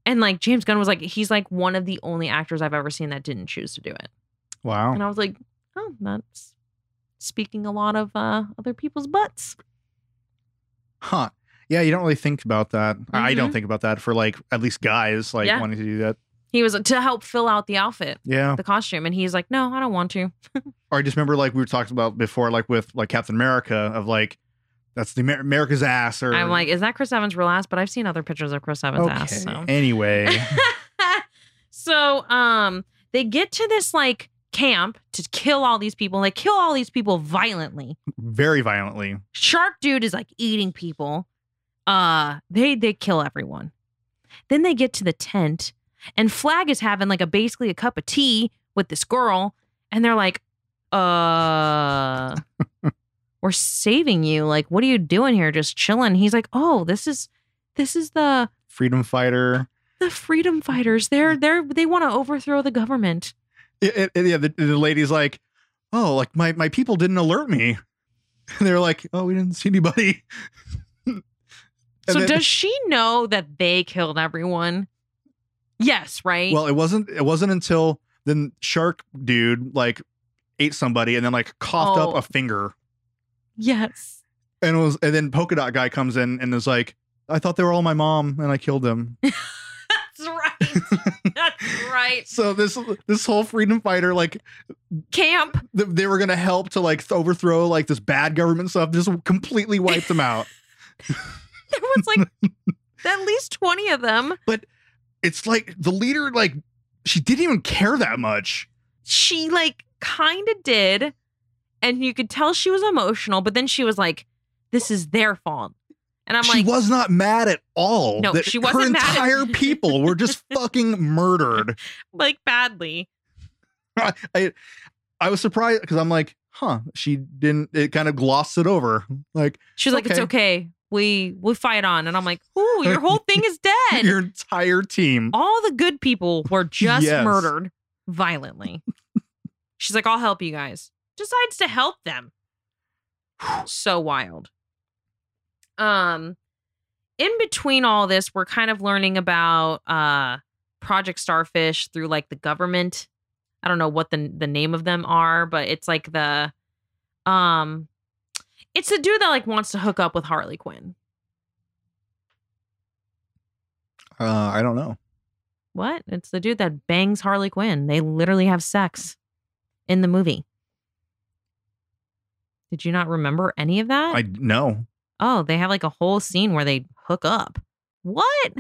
A: And like James Gunn was like, he's like one of the only actors I've ever seen that didn't choose to do it.
B: Wow.
A: And I was like, oh, that's speaking a lot of uh, other people's butts.
B: Huh. Yeah, you don't really think about that. I I don't
A: Mhm.
B: think about that for like at least guys like
A: Yeah.
B: wanting to do that.
A: He was uh, to help fill out the outfit,
B: Yeah.
A: the costume. And he's like, no, I don't want to.
B: Or I just remember like we were talking about before, like with like Captain America of like that's the Amer- America's ass or
A: I'm like, is that Chris Evans' real ass? But I've seen other pictures of Chris Evans'
B: okay.
A: ass. So.
B: Anyway,
A: so um, they get to this like camp to kill all these people. They kill all these people violently.
B: very violently.
A: shark dude is like eating people uh they they kill everyone then they get to the tent and flag is having like a basically a cup of tea with this girl and they're like uh we're saving you like what are you doing here just chilling he's like oh this is this is the
B: Freedom fighter.
A: the freedom fighters they're
B: Mm.
A: they're they want to overthrow the government
B: It- it- it- yeah, the, the lady's like, oh, like my my people didn't alert me. And they're like, oh, we didn't see anybody. And
A: so
B: then-
A: does she know that they killed everyone yes right
B: Well, it wasn't. It wasn't until then shark dude like ate somebody and then like coughed
A: Oh.
B: up a finger
A: yes
B: and it was and then polka dot guy comes in and is like, I thought they were all my mom and I killed them.
A: That's right. That's right.
B: so this this whole freedom fighter like
A: Camp.
B: th- they were gonna help to like overthrow like this bad government stuff just completely wiped them out.
A: There was like at least 20 of them.
B: It's like the leader like she didn't even care that much.
A: She like kind of did. And you could tell she was emotional, but then she was like, this is their fault. And I'm
B: she
A: like,
B: was not mad at all.
A: No,
B: that
A: she wasn't
B: Her
A: mad at-
B: entire people were just fucking murdered.
A: like badly.
B: I, I I was surprised because I'm like, huh, she didn't. It kind of glossed it over. Like
A: She was like, it's okay. We we fight on. And I'm like, ooh, your whole thing is dead.
B: your entire team.
A: all the good people were just
B: Yes.
A: murdered violently. She's like, I'll help you guys. Decides to help them. so wild. Um, in between all this, we're kind of learning about uh Project Starfish through like the government. I don't know what the the name of them are, but it's like the um it's the dude that like wants to hook up with Harley Quinn.
B: Uh, I don't know.
A: What? It's the dude that bangs Harley Quinn. They literally have sex in the movie. Did you not remember any of that?
B: I no.
A: oh, they have like a whole scene where they hook up. What?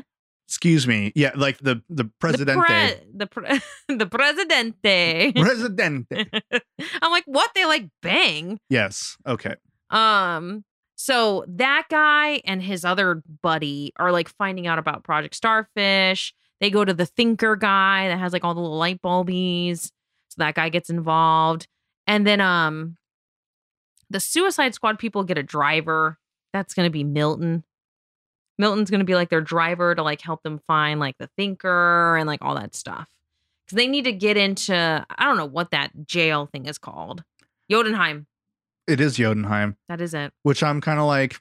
B: Excuse me. Yeah, like the the presidente.
A: The, pre- the, pre- the presidente.
B: Presidente.
A: I'm like, what? They like bang.
B: Yes. Okay.
A: Um, so that guy and his other buddy are like finding out about Project Starfish. They go to the thinker guy that has like all the little light bulbies. So that guy gets involved. And then um the Suicide Squad people get a driver. That's gonna be Milton. Milton's gonna be like their driver to like help them find like the thinker and like all that stuff. because they need to get into I don't know what that jail thing is called. Jodenheim.
B: It is Jotunheim,
A: That is it.
B: which I'm kind of like,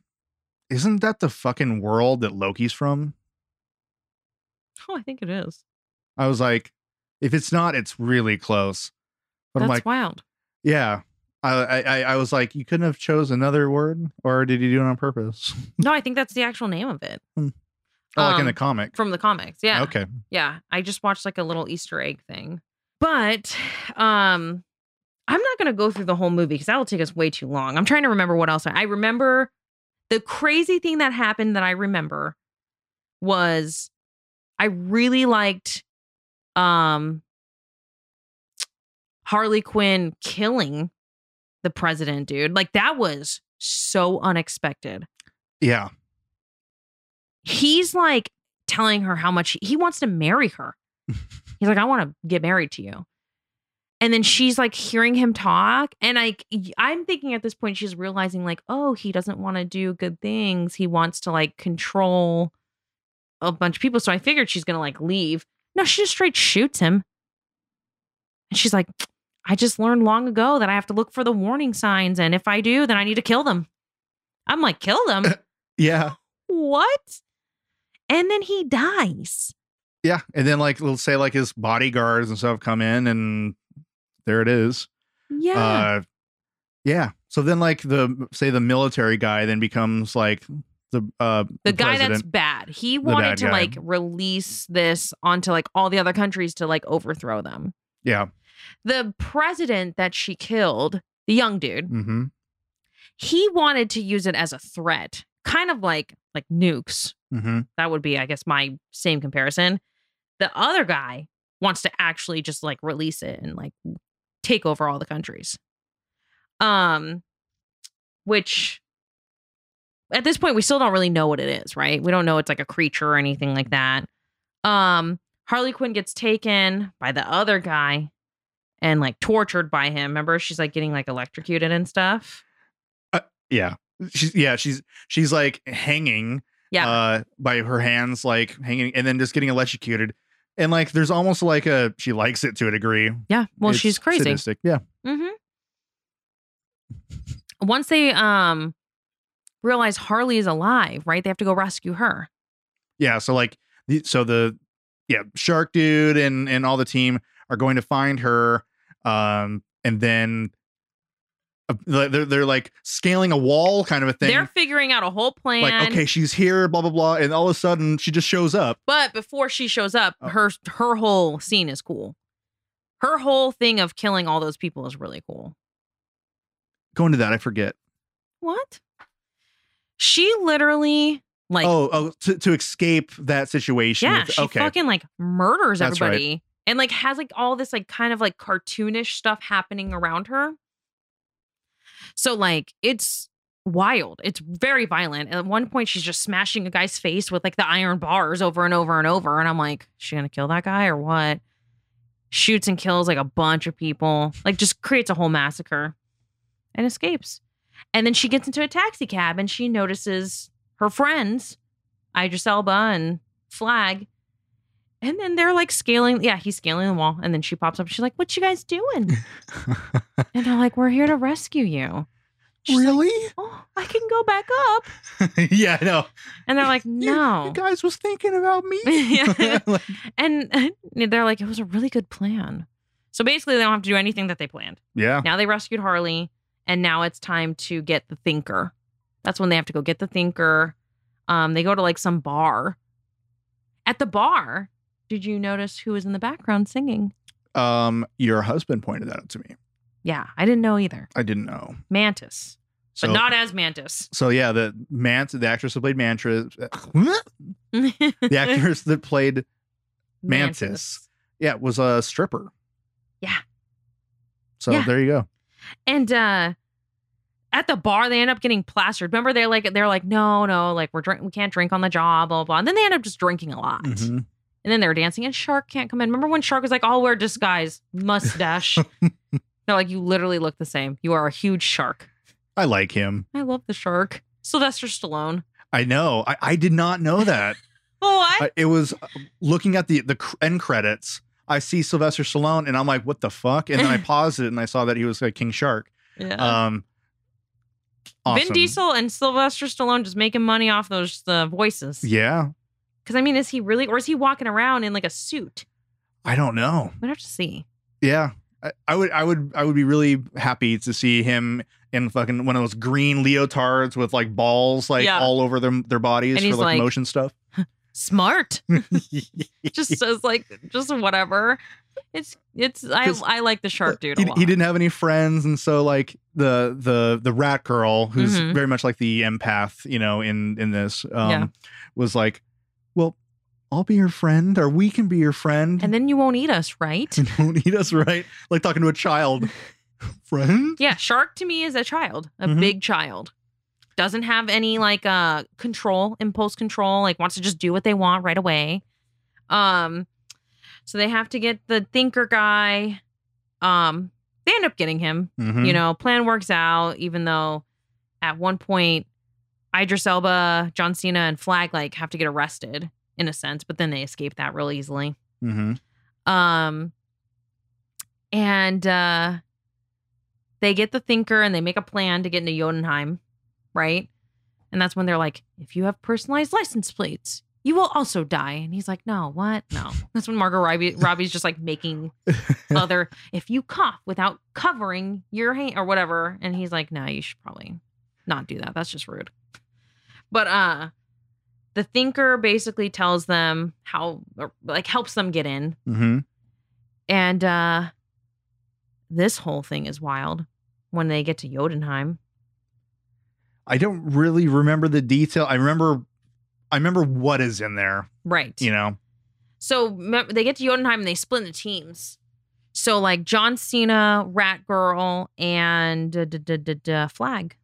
B: isn't that the fucking world that Loki's from?
A: Oh, I think it is.
B: I was like, if it's not, it's really close. But I'm
A: That's
B: like,
A: wild.
B: yeah. I, I I- I was like, you couldn't have chose another word, or did you do it on purpose?
A: No, I think that's the actual name of it
B: Oh, like in
A: Um,
B: the comic.
A: from the comics. Yeah.
B: Okay.
A: Yeah. I just watched like a little Easter egg thing. But um I'm not gonna go through the whole movie because that will take us way too long. I'm trying to remember what else I, I remember. The crazy thing that happened that I remember was I really liked um Harley Quinn killing the president, dude. Like that was so unexpected
B: Yeah.
A: he's like telling her how much he, he wants to marry her. he's like, I want to get married to you. And then she's like hearing him talk. And like, y- I'm thinking at this point, she's realizing, like, oh, he doesn't want to do good things. He wants to like control a bunch of people. So I figured she's going to like leave. No, she just straight shoots him. And she's like, I just learned long ago that I have to look for the warning signs. And if I do, then I need to kill them. I'm like, kill them?
B: Yeah.
A: what? And then he dies.
B: Yeah. And then like let's say like his bodyguards and stuff come in and there it is.
A: Yeah.
B: Uh yeah. So then like the say the military guy then becomes like the uh
A: the guy that's
B: president.
A: bad. He
B: The
A: wanted
B: bad
A: to
B: guy.
A: like release this onto like all the other countries to like overthrow them.
B: Yeah.
A: The president that she killed, the young dude,
B: Mm-hmm.
A: he wanted to use it as a threat, kind of like like nukes.
B: Mm-hmm.
A: That would be, I guess, my same comparison. The other guy wants to actually just like release it and like take over all the countries. Um, which at this point we still don't really know what it is, right? We don't know it's like a creature or anything like that. Um, Harley Quinn gets taken by the other guy and like tortured by him. Remember, she's like getting like electrocuted and stuff.
B: Yeah. She's yeah, she's she's like hanging
A: Yeah.
B: uh by her hands like hanging and then just getting electrocuted. And like there's almost like a she likes it to a degree.
A: yeah. Well,
B: It's
A: she's crazy.
B: sadistic. Yeah.
A: Mm-hmm. Once they um realize Harley is alive, right? They have to go rescue her.
B: yeah so like the, so the yeah shark dude and and all the team are going to find her um and then uh, they're they're like scaling a wall kind of a
A: They're
B: thing
A: figuring out a whole plan.
B: like okay she's here blah blah blah and all of a sudden she just shows up
A: But before she shows up,
B: Oh.
A: her her whole scene is cool. Her whole thing of killing all those people is really cool.
B: going to that i forget
A: What? She literally like
B: oh oh to, to escape that situation
A: yeah,
B: with-
A: she
B: okay
A: fucking like murders
B: That's right.
A: everybody and like has like all this like kind of like cartoonish stuff happening around her. So like it's wild. It's very violent. At one point she's just smashing a guy's face with like the iron bars over and over and over and I'm like, "Is she going to kill that guy or what? Shoots and kills like a bunch of people. Like just creates a whole massacre and escapes. And then she gets into a taxi cab and she notices her friends, Idris Elba and Flag. And then they're like scaling. Yeah, he's scaling the wall. And then she pops up. She's like, What you guys doing? And they're like, We're here to rescue you. She's like,
B: really
A: oh, I can go back up.
B: yeah no
A: And they're like,
B: You-
A: No.
B: you guys was thinking about me
A: Yeah.
B: Like,
A: And they're like, It was a really good plan. So basically, they don't have to do anything that they planned.
B: yeah
A: Now they rescued Harley, and now it's time to get the Thinker. That's when they have to go get the Thinker. Um, they go to like some bar. At the bar, did you notice who was in the background singing?
B: um your husband pointed that out to me
A: Yeah, I didn't know either.
B: i didn't know
A: Mantis,
B: so
A: but not as Mantis.
B: So yeah, the Mant, the actress who played Mantras, the actress that played Mantis. yeah was a stripper.
A: Yeah.
B: So
A: Yeah.
B: there you go.
A: And uh at the bar, they end up getting plastered. Remember, they're like, they're like, no, no, like we're drink, we can't drink on the job, blah blah. And then they end up just drinking a lot.
B: Mhm.
A: And then they were dancing, and Shark can't come in. Remember when Shark was like, I'll wear disguise, mustache. They're like, you literally look the same. You are a huge shark.
B: I like him.
A: I love the shark. Sylvester Stallone.
B: I know. I, I did not know that.
A: What?
B: I- it was uh, looking at the the cr- end credits. I see Sylvester Stallone and I'm like, what the fuck? And then I paused it and I saw that he was like King Shark.
A: Yeah.
B: Um, awesome.
A: Uh-huh. Vin Diesel and Sylvester Stallone just making money off those the voices.
B: Yeah,
A: Because I mean, is he really, or is he walking around in like a suit?
B: I don't know.
A: We'd have to see.
B: Yeah, I, I would, I would, I would be really happy to see him in fucking one of those green leotards with like balls like
A: Yeah.
B: all over their their bodies
A: And
B: for
A: he's
B: like,
A: like-
B: motion stuff.
A: Smart. Just says like just whatever. It's it's I
B: 'Cause
A: I like the shark dude a
B: he,
A: lot.
B: he didn't have any friends, and so like the the the rat girl, who's
A: Mhm.
B: very much like the empath, you know, in in this, um,
A: Yeah.
B: was like, well, I'll be your friend, or we can be your friend,
A: And then you won't eat us, right?
B: and don't eat us, right? Like talking to a child, friend.
A: yeah, shark to me is a child, a
B: Mhm.
A: big child. Doesn't have any like uh control, impulse control, like wants to just do what they want right away. Um so they have to get the thinker guy. Um they end up getting him
B: Mhm.
A: you know plan works out even though at one point idris elba john cena and flag like have to get arrested in a sense but then they escape that real easily
B: Mhm.
A: um and uh they get the thinker and they make a plan to get into jotunheim right and that's when they're like if you have personalized license plates you will also die and he's like no what no that's when margot robbie robbie's just like making other if you cough without covering your hand or whatever and he's like no you should probably not do that that's just rude but uh the thinker basically tells them how or, like helps them get in
B: Mhm.
A: and uh this whole thing is wild when they get to jotunheim
B: I don't really remember the detail. I remember, I remember what is in there.
A: right
B: You know,
A: So me- they get to Jotunheim and they split into teams. So like John Cena, Rat Girl, and uh, duh, duh, duh, duh, Flag,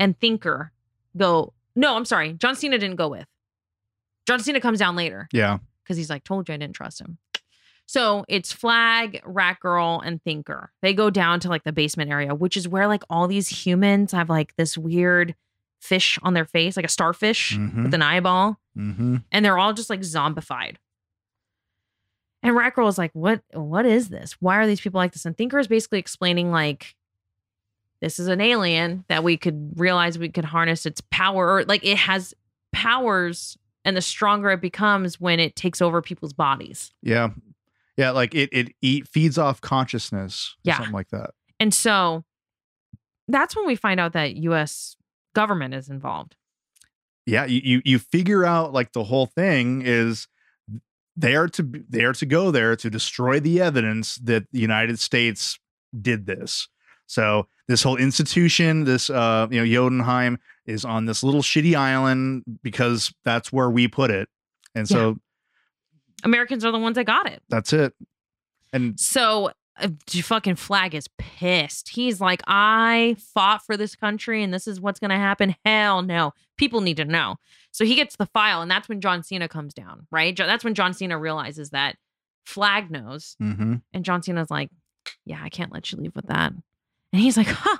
A: and Thinker go. No, I'm sorry. John Cena didn't go with. John Cena comes down later
B: yeah.
A: because he's like, "Told you I didn't trust him." So it's Flag, Rat Girl, and Thinker. They go down to like the basement area, which is where like all these humans have like this weird fish on their face, like a starfish
B: Mhm.
A: with an eyeball
B: Mm-hmm.
A: and they're all just like zombified. And Rat Girl is like, "What? What is this? Why are these people like this?" And Thinker is basically explaining like, "This is an alien that we could realize we could harness its power. Or, Like it has powers, and the stronger it becomes when it takes over people's bodies."
B: Yeah. Yeah, like it it eat, feeds off consciousness, or
A: Yeah.
B: something like that.
A: And so that's when we find out that U.S. government is involved.
B: Yeah, you, you you figure out like the whole thing is they are to be- they are to go there to destroy the evidence that the United States did this. So this whole institution, this uh you know Jodenheim is on this little shitty island because that's where we put it, and so
A: Americans are the ones that got it.
B: that's it. And
A: So uh, d- fucking flag is pissed. He's like, I fought for this country and this is what's going to happen. Hell no. People need to know. So he gets the file and that's when John Cena comes down, right? Jo- That's when John Cena realizes that flag knows.
B: mhm.
A: And John Cena's like, yeah, I can't let you leave with that. And he's like, huh,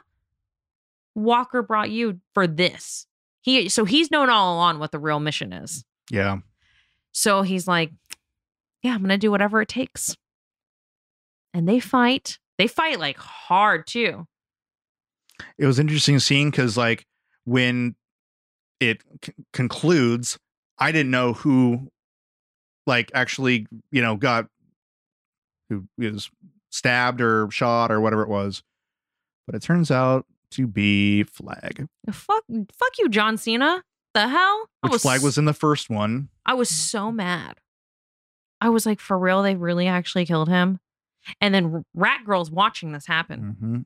A: Walker brought you for this. He so he's known all along what the real mission is.
B: yeah,
A: So he's like, yeah, I'm going to do whatever it takes. And they fight. They fight like hard too.
B: it was interesting seeing because like when it c- concludes i didn't know who like actually you know got who is stabbed or shot or whatever it was but it turns out to be flag
A: Fuck fuck you, John Cena. The hell? I
B: which flag was in the first one
A: I was so mad. I was like, for real, they really actually killed him. And then Rat Girl's watching this happen.
B: Mhm.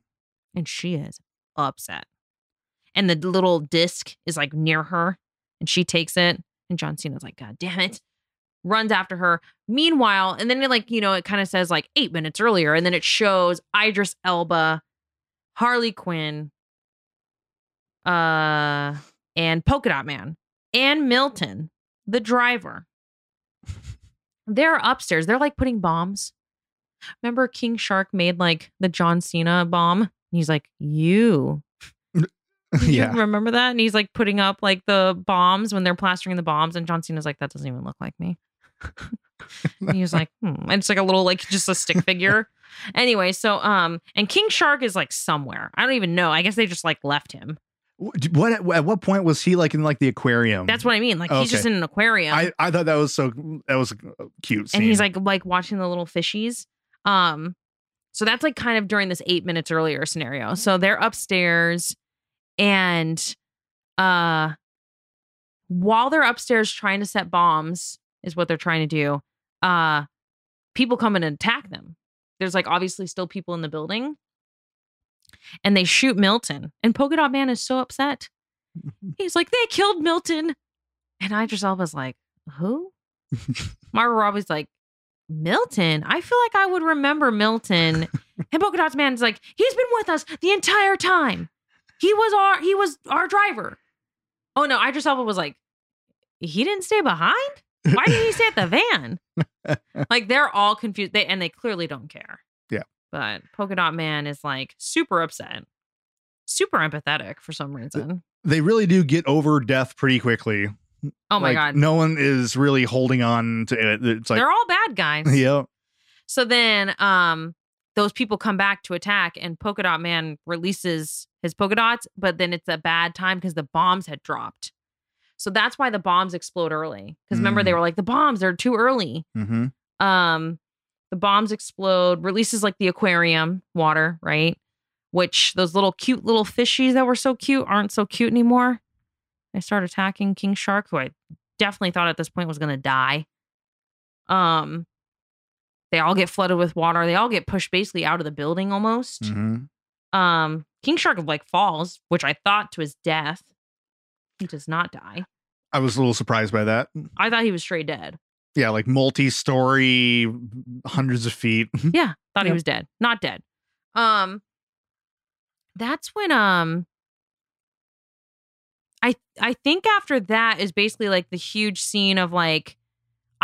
A: and she is upset. And the little disc is like near her, and she takes it. And John Cena's like, God damn it. Runs after her. Meanwhile, and then it like, you know, it kind of says like eight minutes earlier, and then it shows Idris Elba, Harley Quinn, uh, and Polka Dot Man, and Milton, the driver. They're upstairs. They're like putting bombs. Remember King Shark made like the John Cena bomb? And he's like, You do you
B: yeah
A: remember that? And he's like putting up like the bombs when they're plastering the bombs, and John Cena's like, that doesn't even look like me. And he was like, hmm. and it's like a little like just a stick figure. Anyway, so um, and King Shark is like somewhere. I don't even know. I guess they just like left him.
B: What, what at what point was he like in like the aquarium?
A: That's what I mean. Like he's
B: Okay.
A: just in an aquarium,
B: I, I thought that was so that was a cute. Scene.
A: and he's like like watching the little fishies. Um, so that's like kind of during this eight minutes earlier scenario. So they're upstairs, and uh, while they're upstairs trying to set bombs is what they're trying to do. Uh, people come in and attack them. There's like obviously still people in the building. And they shoot Milton. And Polka Dot Man is so upset. He's like, they killed Milton. And Idris Elba's like, who? Margot Robbie's like, Milton? I feel like I would remember Milton. and Polka Dot Man's like, he's been with us the entire time. He was our he was our driver. Oh no, Idris Elba was like, he didn't stay behind? Why did he stay at the van? like they're all confused. They and they clearly don't care.
B: Yeah.
A: But Polka Dot Man is like super upset, super empathetic for
B: Uh,
A: some reason.
B: they really do get over death pretty quickly.
A: Oh my
B: Like,
A: god,
B: no one is really holding on to it. It's like
A: they're all bad guys.
B: yeah,
A: So then, um, those people come back to attack, and Polka Dot Man releases his polka dots, but then it's a bad time because the bombs had dropped. So that's why the bombs explode early. Because remember, they
B: Mm.
A: were like, the bombs are too early.
B: hmm
A: um the bombs explode releases like the aquarium water right which those little cute little fishies that were so cute aren't so cute anymore they start attacking king shark who i definitely thought at this point was going to die um they all get flooded with water they all get pushed basically out of the building almost
B: hmm
A: um king shark like falls which i thought to his death he does not die
B: I was a little surprised by that.
A: i thought he was straight dead
B: Yeah, like multi-story, hundreds of feet.
A: Yeah, thought he
B: Yep.
A: was dead. Not dead. Um that's when um I I think after that is basically like the huge scene of like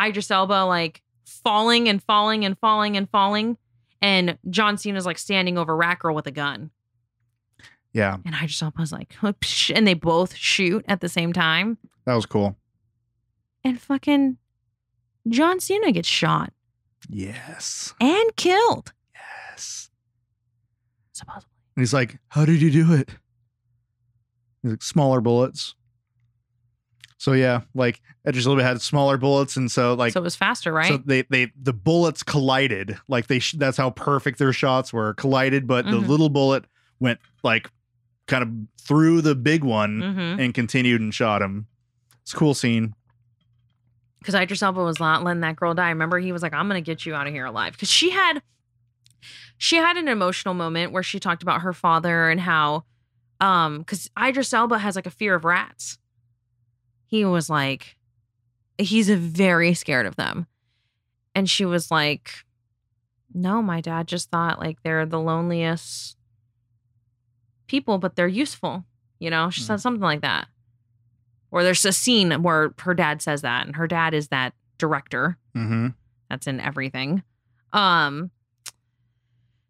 A: Idris Elba like falling and falling and falling and falling and John Cena's like standing over Racker with a gun.
B: Yeah,
A: And Idris Elba's like "Psh," and they both shoot at the same time
B: that was cool.
A: and fucking John Cena gets shot
B: Yes,
A: and killed.
B: yes.
A: Supposedly.
B: And he's like, "How did you do it?" He's like, "Smaller bullets." So yeah, like Edge a little bit had smaller bullets, and so like
A: so it was faster, right?
B: So they they the bullets collided. Like they sh- that's how perfect their shots were collided, but the
A: Mhm.
B: little bullet went like kind of through the big one
A: mm-hmm.
B: and continued and shot him. It's a cool scene.
A: because Idris Elba was not letting that girl die. Remember, he was like, "I'm gonna get you out of here alive," because she had, she had an emotional moment where she talked about her father and how, um, because Idris Elba has like a fear of rats. He was like, he's very scared of them, and she was like, "No, my dad just thought like they're the loneliest people, but they're useful." You know, she said something like that or there's a scene where her dad says that and her dad is that director
B: Mm-hmm.
A: that's in everything um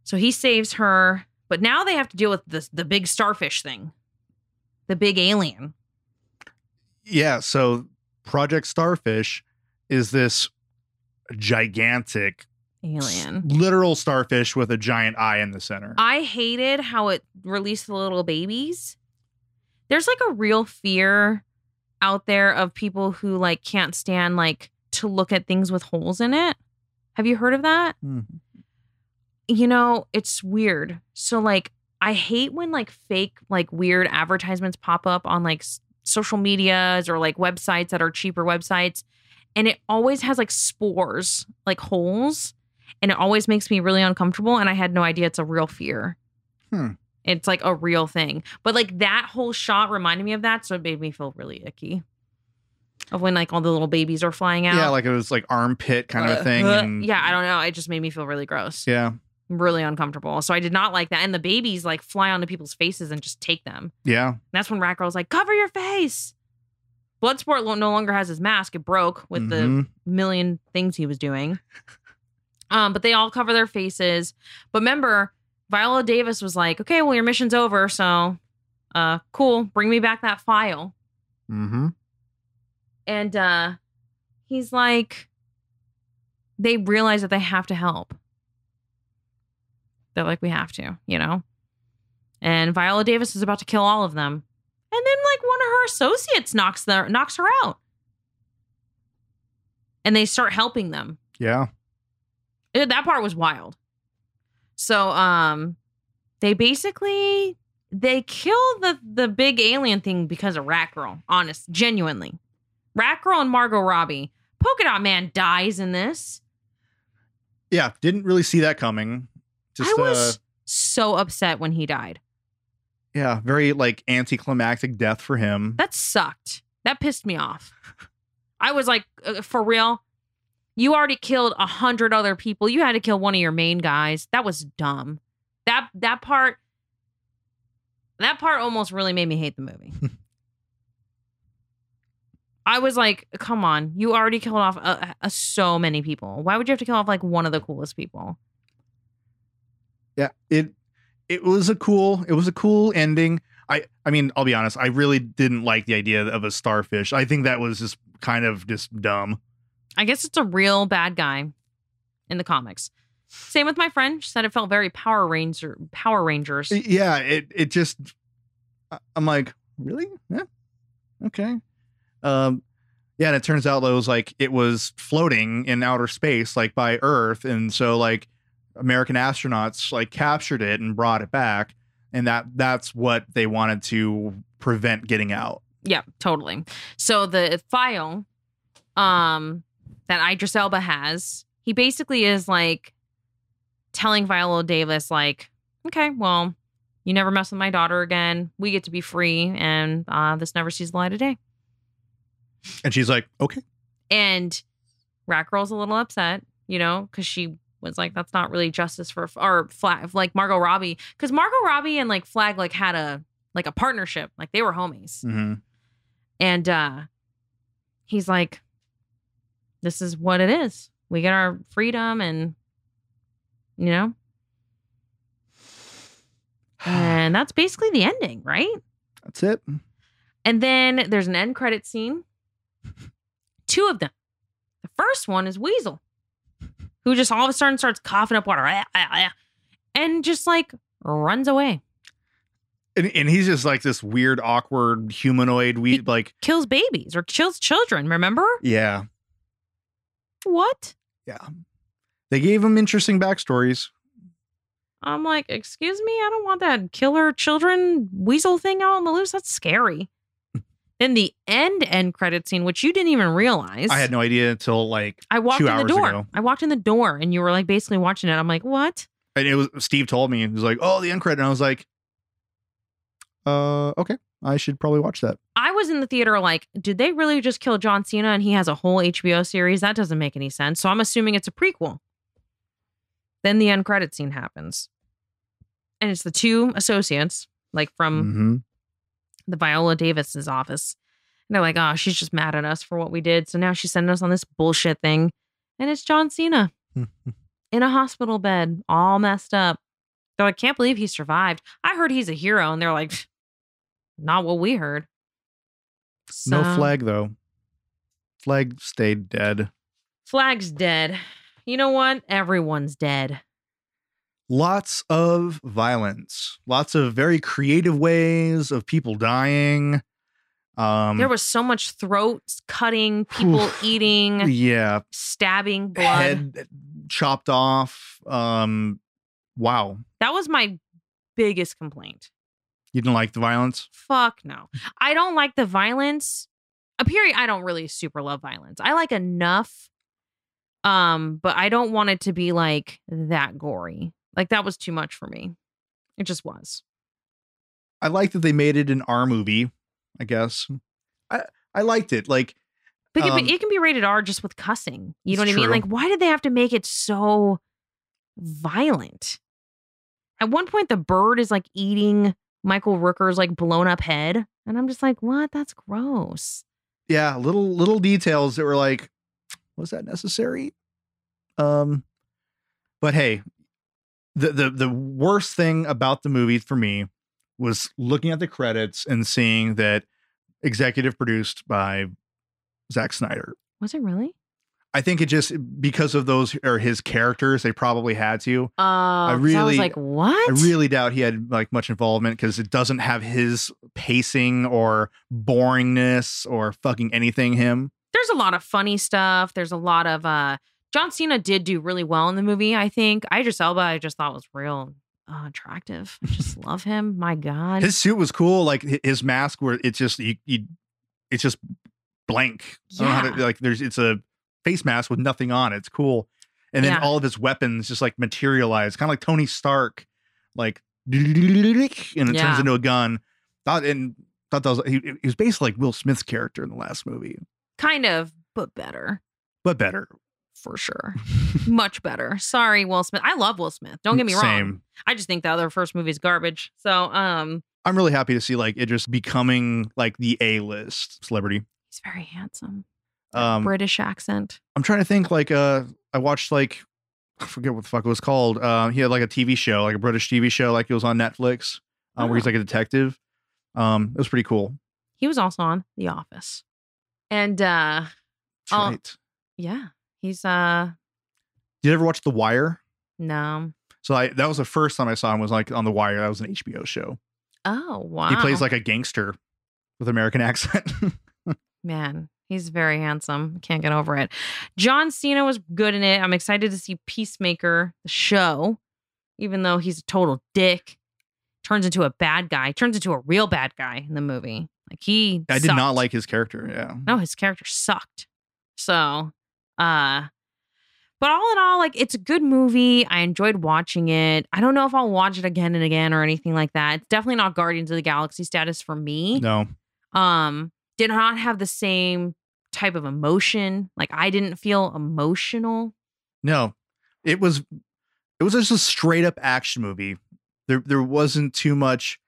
A: so he saves her but now they have to deal with this the big starfish thing the big alien
B: Yeah. So Project Starfish is this gigantic s-
A: alien Uh,
B: literal starfish with a giant eye in the center.
A: i hated how it released the little babies there's like a real fear out there of people who like can't stand like to look at things with holes in it have you heard of that
B: Mhm.
A: you know, it's weird. So like I hate when like fake like weird advertisements pop up on like s- social medias or like websites that are cheaper websites and it always has like spores, like holes, and it always makes me really uncomfortable and I had no idea it's a real fear.
B: Hmm.
A: It's like a real thing. But like that whole shot reminded me of that, so it made me feel really icky. Of when like all the little babies are flying out.
B: Yeah, like it was like armpit kind of a
A: Uh,
B: thing.
A: uh,
B: and-
A: yeah, I don't know. It just made me feel really gross
B: Yeah.
A: really uncomfortable. So I did not like that. And the babies like fly onto people's faces and just take them. And
B: Yeah.
A: that's when Rat Girl's like, cover your face. Bloodsport lo- no longer has his mask. It broke with the
B: Mhm.
A: million things he was doing. Um, but they all cover their faces. But remember, Viola Davis was like, okay, well, your mission's over. So uh, cool. Bring me back that file
B: Mhm.
A: and uh he's like they realize that they have to help. They're like, we have to, you know? And Viola Davis is about to kill all of them. And then like one of her associates knocks the knocks her out. And they start helping them.
B: Yeah.
A: Eh, that part was wild. So um they basically they kill the the big alien thing because of Rat Girl, honest, genuinely. Rat Girl and Margot Robbie. Polka Dot Man dies in this.
B: Yeah. Didn't really see that coming. Just
A: I
B: uh
A: was so upset when he died.
B: yeah, very like anticlimactic death for him.
A: That sucked. That pissed me off. I was like, uh, for real? You already killed a hundred other people. You had to kill one of your main guys. That was dumb. That that part, that part almost really made me hate the movie. I was like, come on, you already killed off uh, uh, so many people. Why would you have to kill off like one of the coolest people?
B: yeah it it was a cool it was a cool ending i i mean i'll be honest i really didn't like the idea of a starfish i think that was just kind of just dumb
A: I guess it's a real bad guy in the comics. Same with my friend. She said it felt very Power Ranger Power Rangers.
B: yeah it it just I- i'm like really yeah okay um yeah and it turns out though it was like it was floating in outer space like by earth and so like american astronauts like captured it and brought it back and that that's what they wanted to prevent getting out
A: Yeah, totally. So the file um that Idris Elba has, he basically is like telling Viola Davis, like, okay, well, you never mess with my daughter again. We get to be free, and uh, this never sees the light of day.
B: and she's like okay
A: And Rat Girl's a little upset, you know, because she was like, that's not really justice for or flag like Margot Robbie. Because Margot Robbie and like Flag like had a like a partnership. Like they were homies.
B: mm-hmm.
A: And uh he's like, This is what it is. We get our freedom and you know? And that's basically the ending, right?
B: That's it.
A: And then there's an end credit scene. Two of them. The first one is Weasel, who just all of a sudden starts coughing up water ah, ah, ah, and just like runs away,
B: And, and he's just like this weird, awkward humanoid. We like,
A: kills babies or kills children. Remember?
B: yeah,
A: What?
B: yeah. They gave him interesting backstories.
A: I'm like, excuse me, I don't want that killer children weasel thing out on the loose. That's scary. then the end end credit scene, which you didn't even realize.
B: I had no idea until like,
A: I walked
B: two
A: in the
B: hours
A: door.
B: ago.
A: I walked in the door and you were like basically watching it. I'm like, what?
B: and it was Steve told me he was like, "Oh, the end credit," and I was like, "Uh, okay, I should probably watch that."
A: I was in the theater like, did they really just kill John Cena and he has a whole HBO series? That doesn't make any sense. So I'm assuming it's a prequel. Then the end credit scene happens. And it's the two associates, like from
B: Mm-hmm.
A: the Viola Davis's office. And they're like, oh, she's just mad at us for what we did. So now she's sending us on this bullshit thing. And it's John Cena in a hospital bed, all messed up. They're like, can't believe he survived. I heard he's a hero. And they're like, not what we heard.
B: No
A: So-
B: flag though. Flag stayed dead.
A: Flag's dead. You know what? Everyone's dead.
B: Lots of violence. Lots of very creative ways of people dying. Um,
A: there was so much throat cutting, people
B: Oof.
A: eating,
B: yeah,
A: stabbing blood.
B: head chopped off. Um, wow,
A: That was my biggest complaint.
B: you didn't like the violence.
A: Fuck no. I don't like the violence. A period I don't really super love violence. I like enough. Um, but I don't want it to be like that gory. Like that was too much for me. It just was.
B: I like that they made it an R movie. I guess I I liked it. Like
A: But it,
B: Um,
A: but it can be rated R just with cussing. You know what
B: it's
A: I mean?
B: true.
A: Like, why did they have to make it so violent? At one point, the bird is like eating Michael Rooker's like blown up head. And I'm just like, what? That's gross.
B: yeah, little little details that were like, was that necessary? Um, but hey, the the the worst thing about the movie for me was looking at the credits and seeing that executive produced by Zack Snyder.
A: Was it really?
B: I think it just because of those or his characters, they probably had to.
A: Oh, 'cause I was
B: really-
A: like, what?
B: I really doubt he had like much involvement because it doesn't have his pacing or boringness or fucking anything him.
A: there's a lot of funny stuff. There's a lot of uh John Cena did do really well in the movie, I think. Idris Elba I just thought was real uh, attractive. I just love him. My God.
B: His suit was cool, like hi- his mask where it's just you, you it's just blank. I don't know how to,
A: Yeah.
B: like there's it's a face mask with nothing on it. It's cool. And then
A: Yeah.
B: all of his weapons just like materialize, kind of like Tony Stark, like and it
A: Yeah.
B: turns into a gun. Thought and thought that was he, he was basically like Will Smith's character in the last movie,
A: kind of, but better
B: but better.
A: for sure. Much better. Sorry, Will Smith. I love Will Smith. Don't get me wrong.
B: Same.
A: I just think the other first movie is garbage. So um
B: I'm really happy to see like it just becoming like the A list celebrity.
A: he's very handsome.
B: Um,
A: British accent.
B: I'm trying to think like uh I watched like I forget what the fuck it was called. Um he had like a TV show, like a British TV show, like it was on Netflix, um, where he's
A: Oh.
B: like a detective. Um it was pretty cool.
A: He was also on The Office. And uh
B: That's
A: Oh.
B: right.
A: yeah, he's uh
B: Did you ever watch The Wire?
A: no.
B: So I that was the first time I saw him was like on The Wire. That was an HBO show.
A: Oh wow.
B: He plays like a gangster with American accent.
A: Man, he's very handsome. Can't get over it. John Cena was good in it. I'm excited to see Peacemaker, the show, even though he's a total dick. Turns into a bad guy, turns into a real bad guy in the movie. Like he
B: I did not
A: sucked.
B: like his character. Yeah.
A: No, his character sucked. So, uh but all in all, like it's a good movie. I enjoyed watching it. I don't know if I'll watch it again and again or anything like that. It's definitely not Guardians of the Galaxy status for Oh, me
B: No.
A: um did not have the same type of emotion like i didn't feel emotional
B: No, it was it was just a straight up action movie. There there wasn't too much,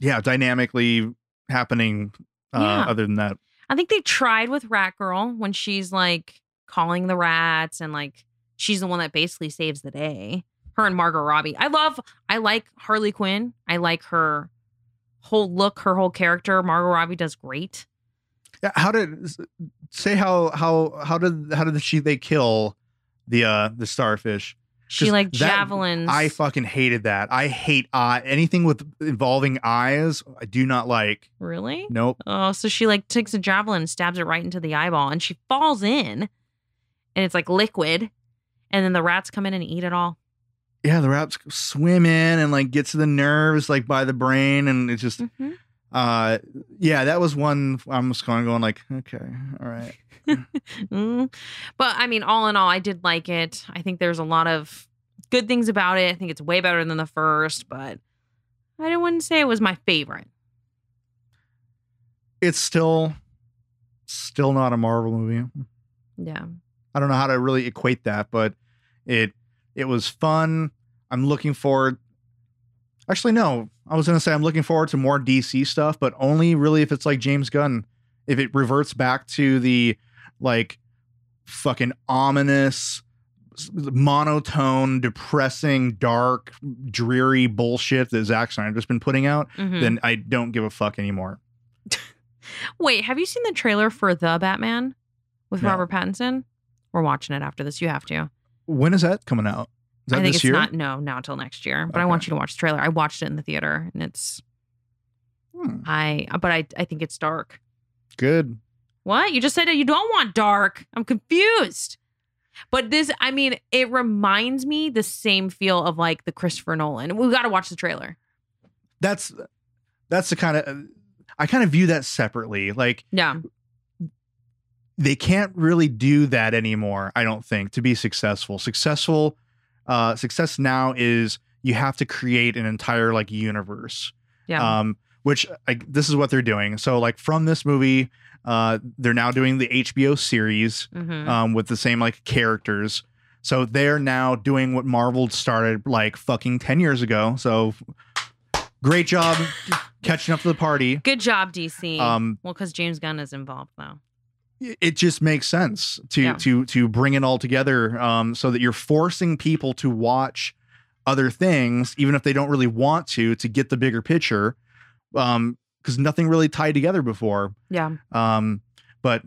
B: yeah, dynamically happening. Uh,
A: Yeah.
B: Other than that,
A: i think they tried with rat girl when she's like calling the rats and like she's the one that basically saves the day her and margot robbie i love i like harley quinn i like her whole look her whole character margot robbie does great
B: Yeah, how did say how how how did how did she they kill the uh the starfish?
A: she
B: 'Cause
A: like
B: that-
A: javelins
B: I fucking hated that. I hate eye anything with involving eyes. I do not like.
A: really
B: Nope.
A: Oh, so she like takes a javelin and stabs it right into the eyeball and she falls in and it's like liquid. And then the rats come in and eat it all.
B: Yeah, the rats swim in and like get to the nerves like by the brain, and it's just uh yeah that was one i'm just going going like okay all right
A: Mm. But I mean, all in all, I did like it. I think there's a lot of good things about it. I think it's way better than the first, but I wouldn't say it was my favorite.
B: it's still still not a marvel movie
A: Yeah.
B: i don't know how to really equate that but it it was fun i'm looking forward actually no i was gonna say i'm looking forward to more dc stuff but only really if it's like james gunn if it reverts back to the like fucking ominous s- monotone depressing dark dreary bullshit that zack snyder's been putting out
A: Mhm.
B: then I don't give a fuck anymore.
A: Wait, have you seen the trailer for The Batman with
B: No.
A: Robert Pattinson? We're watching it after this. You have to.
B: When is that coming out? Is that
A: I think
B: this
A: it's
B: year?
A: not no, not until next year. But I
B: Okay.
A: want you to watch the trailer. I watched it in the theater and it's
B: Hmm,
A: I uh, but I I think it's dark.
B: good.
A: What? You just said that you don't want dark. I'm confused. But this I mean, it reminds me the same feel of like the Christopher Nolan. We got to watch the trailer.
B: That's that's the kind of I kind of view that separately. Like
A: Yeah.
B: they can't really do that anymore. I don't think to be successful. Successful uh, success now is you have to create an entire like universe.
A: Yeah.
B: um, which I, this is what they're doing. So like from this movie, uh, they're now doing the HBO series.
A: hmm
B: um, with the same like characters. So they're now doing what Marvel started like fucking 10 years ago. So great job catching up to the party.
A: Good job, DC.
B: Um,
A: well, cuz James Gunn is involved though.
B: it just makes sense to
A: Yeah.
B: to to bring it all together um, so that you're forcing people to watch other things even if they don't really want to to get the bigger picture um, cuz nothing really tied together before.
A: Yeah.
B: Um, but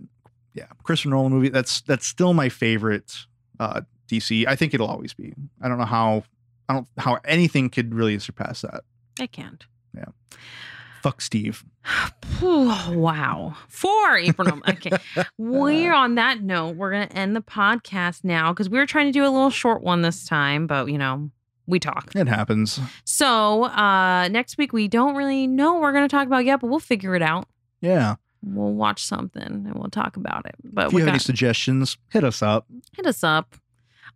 B: yeah, Christopher Nolan movie. That's that's still my favorite uh, DC. I think it'll always be. I don't know how I don't how anything could really surpass that.
A: I can't.
B: Fuck Steve.
A: Phew, wow. Four April. Nov- Okay. we're on that note. We're going to end the podcast now because we were trying to do a little short one this time, but you know, we talk.
B: It happens.
A: So uh next week, we don't really know what we're going to talk about yet, but we'll figure it out.
B: Yeah.
A: We'll watch something and we'll talk about it. But
B: If you
A: we
B: have any
A: got,
B: suggestions, hit us up.
A: hit us up.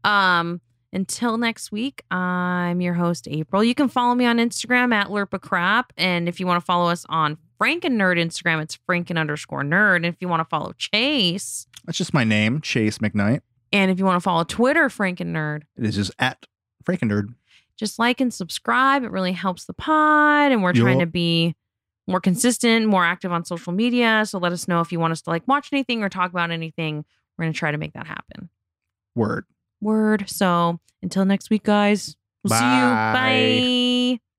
A: Um, until next week, I'm your host, April. You can follow me on Instagram at LurpaCrap. And if you want to follow us on Franken Nerd Instagram, it's Franken underscore nerd. And if you want to follow Chase,
B: That's just my name, Chase McKnight.
A: and if you want to follow Twitter, Franken Nerd,
B: It is just at Frankenerd.
A: just like and subscribe. It really helps the pod. And we're trying
B: Yup.
A: to be more consistent, more active on social media. So let us know if you want us to like watch anything or talk about anything. We're going to try to make that happen.
B: Word.
A: Word. So until next week, guys. We'll see you. Bye.